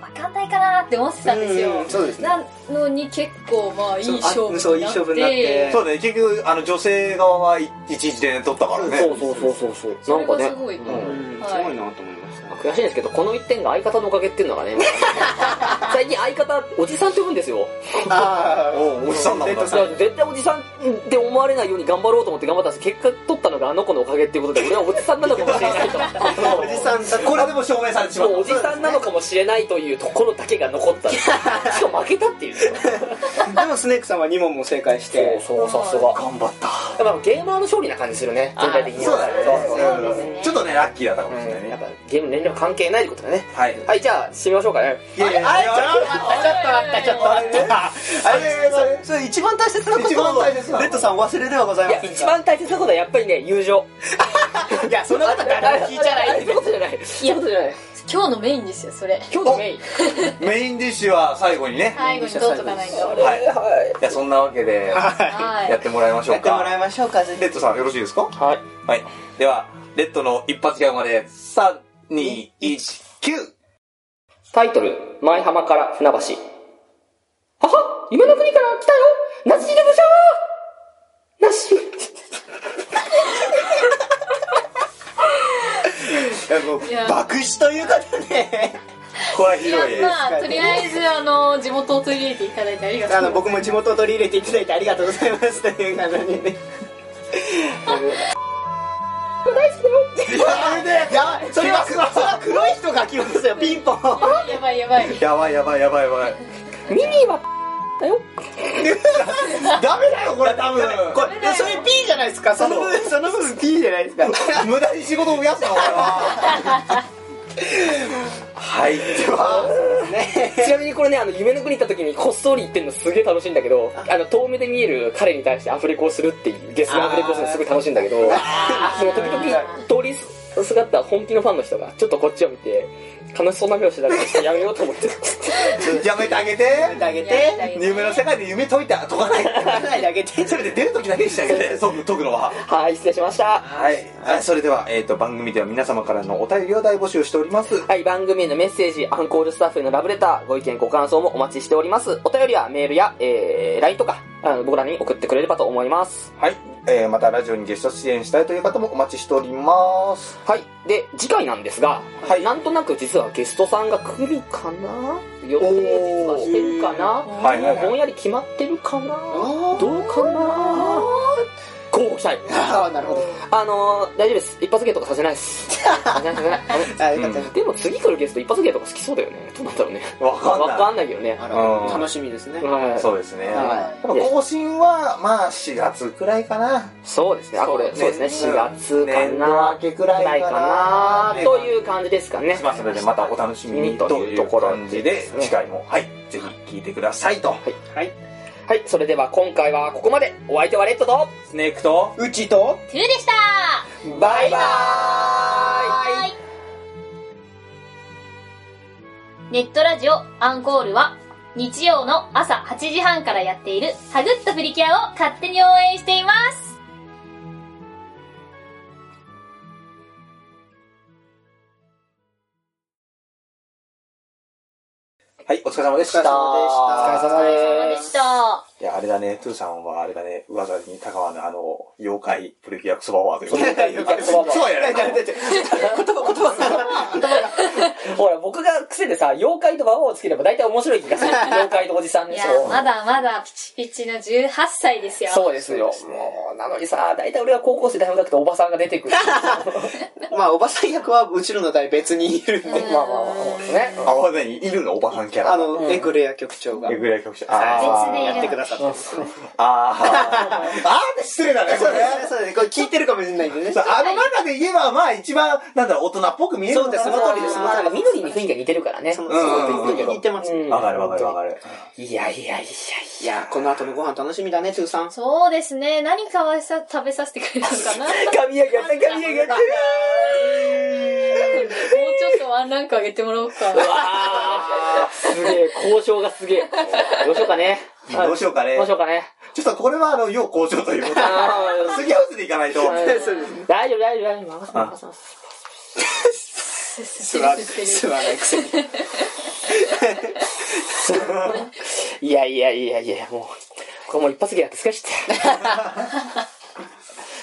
[SPEAKER 3] あかんないかなって思ってたんですよ
[SPEAKER 5] うんそうですね
[SPEAKER 3] なのに結構まあいい勝負になって
[SPEAKER 5] そうあそういい勝負になって
[SPEAKER 2] そうね、結局、あの、女性側はい一時で取ったからね。
[SPEAKER 1] そうそうそうそうそう
[SPEAKER 3] そ
[SPEAKER 1] な
[SPEAKER 3] れ
[SPEAKER 1] んか
[SPEAKER 3] が
[SPEAKER 1] ね
[SPEAKER 3] すごい、
[SPEAKER 5] うんすごいなと思いましたね
[SPEAKER 1] 悔しいんですけどこの1点が相方のおかげっていうのがね 最近相方おじさんって呼ぶんですよ
[SPEAKER 5] あー
[SPEAKER 2] おうおじさんなんだ
[SPEAKER 1] だから絶対おじさんって思われないように頑張ろうと思って頑張ったんです結果取ったのがあの子のおかげっていうことで俺はおじさんなのかもしれないと
[SPEAKER 5] おじさんだ
[SPEAKER 2] これでも証明されてしま
[SPEAKER 1] もうお
[SPEAKER 2] っ
[SPEAKER 1] じさんなのかもしれないというところだけが残ったんですしかも負けたっていう
[SPEAKER 5] でもスネークさんは2問も正解して
[SPEAKER 1] そうそうさすが頑張ったやっぱゲーマーの勝利な感じするね全体的には
[SPEAKER 2] あー
[SPEAKER 1] そうそう
[SPEAKER 3] そうですね
[SPEAKER 2] た。ちょっとね、ラッキーだったかもしれない
[SPEAKER 1] うんやっ
[SPEAKER 2] ね。
[SPEAKER 1] ぱゲーム年齢は関係ないってことだね
[SPEAKER 2] はい。
[SPEAKER 1] はいじゃあ締めましょうかね
[SPEAKER 2] いやいやいや
[SPEAKER 3] ちょっと待ったちょっと待った
[SPEAKER 5] あれそれ一番大切なこと
[SPEAKER 2] 一番大切な
[SPEAKER 5] レッドさんお忘れではござ
[SPEAKER 1] い
[SPEAKER 5] いま
[SPEAKER 1] や
[SPEAKER 5] せんか
[SPEAKER 1] 一番大切なことはやっぱりね友情
[SPEAKER 5] いやそんなこと
[SPEAKER 1] あ
[SPEAKER 5] 誰も聞いちゃない
[SPEAKER 1] そういうことじゃないそういうことじゃない
[SPEAKER 3] 今日のメインですよそれ
[SPEAKER 1] 今日のメイン
[SPEAKER 2] メインディッシュは最後にね。
[SPEAKER 3] 最後にどうとかないと
[SPEAKER 1] あ
[SPEAKER 3] は
[SPEAKER 1] れ
[SPEAKER 2] はい
[SPEAKER 1] はい
[SPEAKER 2] いや、そんなわけで、
[SPEAKER 3] い
[SPEAKER 2] やってもらいましょ
[SPEAKER 5] や
[SPEAKER 2] う
[SPEAKER 5] ってもら
[SPEAKER 2] か。
[SPEAKER 5] いましょうかぜひ
[SPEAKER 2] レッドさん、よろしいですか
[SPEAKER 1] はい
[SPEAKER 2] はい。では、レッドの一発ギャグまで、3、2、1、9!
[SPEAKER 1] タイトル、前浜から船橋。はは夢の国から来たよナッシーでブシャーナッシー。
[SPEAKER 3] いや
[SPEAKER 5] 爆死という方ね
[SPEAKER 2] これはひどい
[SPEAKER 3] いやまあとりあえずあの地元を取り入れていただいてありがとう
[SPEAKER 5] あの僕も地元を取り入れていただいてありがとうございますという方にねやばいそれはそれは黒い人が来ますよピンポン
[SPEAKER 3] やばいやばい
[SPEAKER 2] やばいやばいやばいやばい。
[SPEAKER 1] ミニーは、だよ
[SPEAKER 2] ダメだよ、これ多分。
[SPEAKER 5] これそれ P じゃないですかその部分その部分 P じゃないですか
[SPEAKER 2] 無駄に仕事を増やすな、俺は。 はい、では、
[SPEAKER 1] ちなみにこれね、あの、夢の国行った時にこっそり行ってんのすげえ楽しいんだけど、あの、遠目で見える彼に対してアフレコをするっていう、ゲスのアフレコをするのすごい楽しいんだけど、その時々通りすがった本気のファンの人が、ちょっとこっちを見て、悲しそうな目をしてたからちょっとやめようと思って。
[SPEAKER 2] やめてあげて。
[SPEAKER 5] あ
[SPEAKER 3] や
[SPEAKER 5] げ
[SPEAKER 3] りた
[SPEAKER 5] て
[SPEAKER 3] いね
[SPEAKER 2] 夢の世界で夢解いて解かない。
[SPEAKER 5] 取らないであげて
[SPEAKER 2] せめて出るときだけにしてあげて、解く解くのは。
[SPEAKER 1] はい、失礼しました。
[SPEAKER 2] はい。あそれでは、えっ、と、番組では皆様からのお便りを大募集しております。
[SPEAKER 1] はい、番組へのメッセージ、アンコールスタッフへのラブレター、ご意見、ご感想もお待ちしております。お便りはメールや、えー、LINE とか、あの僕らに送ってくれればと思います。
[SPEAKER 2] はい。えー、またラジオにゲスト出演したいという方もお待ちしております。
[SPEAKER 1] はい。で、次回なんですが、
[SPEAKER 2] は
[SPEAKER 1] はいい、なんとなく実はゲストさんが来るかな予定実はしてるかな
[SPEAKER 3] おー
[SPEAKER 2] はいはいはい
[SPEAKER 1] ぼんやり決まってるかな
[SPEAKER 5] ー
[SPEAKER 1] どうかなこうご期待
[SPEAKER 5] ああなるほど
[SPEAKER 1] あのー、大丈夫です。一発芸とかさせないです。させないさせない。あの
[SPEAKER 5] あよかった
[SPEAKER 1] でも次来るゲスト一発芸とか好きそうだよね。どうなんだろうね。
[SPEAKER 2] わかんない
[SPEAKER 1] わかんないけどね。
[SPEAKER 5] あ
[SPEAKER 2] うん
[SPEAKER 5] ら楽しみですね
[SPEAKER 1] はい
[SPEAKER 2] そうですね。
[SPEAKER 1] は
[SPEAKER 2] 多分更新は、まあ、4月くらいかな。
[SPEAKER 1] そうですね。あ、これ、そうですね。4月か
[SPEAKER 2] 年度
[SPEAKER 1] な
[SPEAKER 2] 明。けくらいかな。
[SPEAKER 1] という感じですかね。
[SPEAKER 2] まあ、それでまたお楽しみにという感じで、次回も、はい、ぜひ聞いてくださいと。
[SPEAKER 1] はい、それでは今回はここまで。お相手はレッドと、
[SPEAKER 2] スネークと、
[SPEAKER 5] うちと
[SPEAKER 3] トゥーでした
[SPEAKER 1] バイバーイ
[SPEAKER 3] はいネットラジオアンコールは日曜の朝8時半からやっているハグッとプリキュアを勝手に応援しています
[SPEAKER 2] はい、お疲れ様でした。
[SPEAKER 5] お疲れ様でした
[SPEAKER 3] お疲れ様でした
[SPEAKER 2] いや、あれだね、トゥーさんは、あれだね、上沢に高川のあの、妖怪プリキュアクソバワーということで。そうやね。
[SPEAKER 1] ほら、僕が癖でさ、妖怪とババをつければ大体面白い気がする。妖怪とおじさん
[SPEAKER 3] い
[SPEAKER 1] で
[SPEAKER 3] や
[SPEAKER 1] しょ。
[SPEAKER 3] まだまだピチピチの18歳ですよ
[SPEAKER 1] そうですよ。もうなのにさ、大体俺は高校生大学だけどおばさんが出てくる。
[SPEAKER 5] まあおばさん役はうちらの代別にいるんで
[SPEAKER 1] まあまあまあ、ね。
[SPEAKER 2] あ、わざにいるのおばさんキャラ。
[SPEAKER 5] あ、のエクレア局長が
[SPEAKER 2] えぐらい曲者。
[SPEAKER 3] 別でい
[SPEAKER 2] あー
[SPEAKER 3] る
[SPEAKER 5] やってくださってます
[SPEAKER 2] あー。あーって失礼だね、こ
[SPEAKER 5] そう
[SPEAKER 2] れ
[SPEAKER 5] で
[SPEAKER 2] ね。
[SPEAKER 5] すねそうですねこれ聞いてるかもしれないんでね
[SPEAKER 2] そうあの中で言えば、まあ一番、なんだろう、大人っぽく見えるのかな
[SPEAKER 5] そうですその通りです
[SPEAKER 1] まあ、なんか緑に雰囲気が似てるからね。
[SPEAKER 5] その
[SPEAKER 2] うん
[SPEAKER 5] そう本当に似てます
[SPEAKER 1] うん
[SPEAKER 2] わかるわかるわかる。
[SPEAKER 1] いやいやいやい
[SPEAKER 5] いやこの後のご飯楽しみだねトゥーさん
[SPEAKER 3] そうですね何かはさ食べさせてくれるのかなもう
[SPEAKER 1] や。髪上がった、髪上がった。
[SPEAKER 3] ちょっとワンランク上げてもらおうか
[SPEAKER 1] あーすげえ、交渉がすげえ。どうしようかね。
[SPEAKER 2] どうしようかね
[SPEAKER 1] どうしようかね。
[SPEAKER 2] ちょっとこれは、あの、要交渉ということで。
[SPEAKER 1] あー
[SPEAKER 2] 次合わせていかないと。
[SPEAKER 1] はい大丈夫、大丈夫、大丈夫。任せます任せます
[SPEAKER 3] 吸
[SPEAKER 5] 吸わ
[SPEAKER 3] ってる吸って
[SPEAKER 5] 吸
[SPEAKER 3] る
[SPEAKER 5] わないくせに。
[SPEAKER 1] いやいやいやいや、もう、これもう一発芸やってすかして。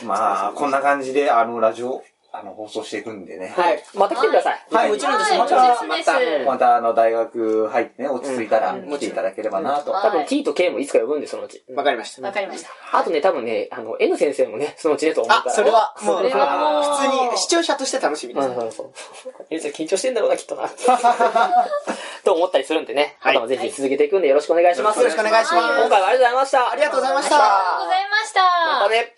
[SPEAKER 2] まあ、こんな感じで、あの、ラジオ、あの、放送していくんでね。
[SPEAKER 1] はい。また来てください。
[SPEAKER 2] はい。
[SPEAKER 5] もちろんです
[SPEAKER 3] はい
[SPEAKER 5] も
[SPEAKER 3] もち
[SPEAKER 5] ちろんです
[SPEAKER 3] ろんです
[SPEAKER 1] ま
[SPEAKER 2] また、あの、大学入ってね、落ち着いたら、
[SPEAKER 5] うん
[SPEAKER 2] 来ていただければなと。
[SPEAKER 3] はい
[SPEAKER 1] 多分 T と K もいつか呼ぶんで、そのうち。
[SPEAKER 5] わかりました。
[SPEAKER 3] わかりました
[SPEAKER 1] あとね、多分ね、あの、N 先生もね、そのうちねと思う
[SPEAKER 5] あ
[SPEAKER 1] か、ら。
[SPEAKER 5] それは、もう、
[SPEAKER 3] それはもう
[SPEAKER 5] 普通に視聴者として楽しみ
[SPEAKER 1] う
[SPEAKER 5] で
[SPEAKER 1] ん
[SPEAKER 5] す。
[SPEAKER 1] そうそう。N 先生緊張してんだろうな、きっと な。と思ったりするんでね。
[SPEAKER 5] はい
[SPEAKER 1] またもぜひ続けていくんでよろしくお願いします。
[SPEAKER 5] よろしくお願いします。
[SPEAKER 1] 今回はありがとうございました。
[SPEAKER 5] ありがとうございました。
[SPEAKER 3] ありがとうございました
[SPEAKER 1] またね。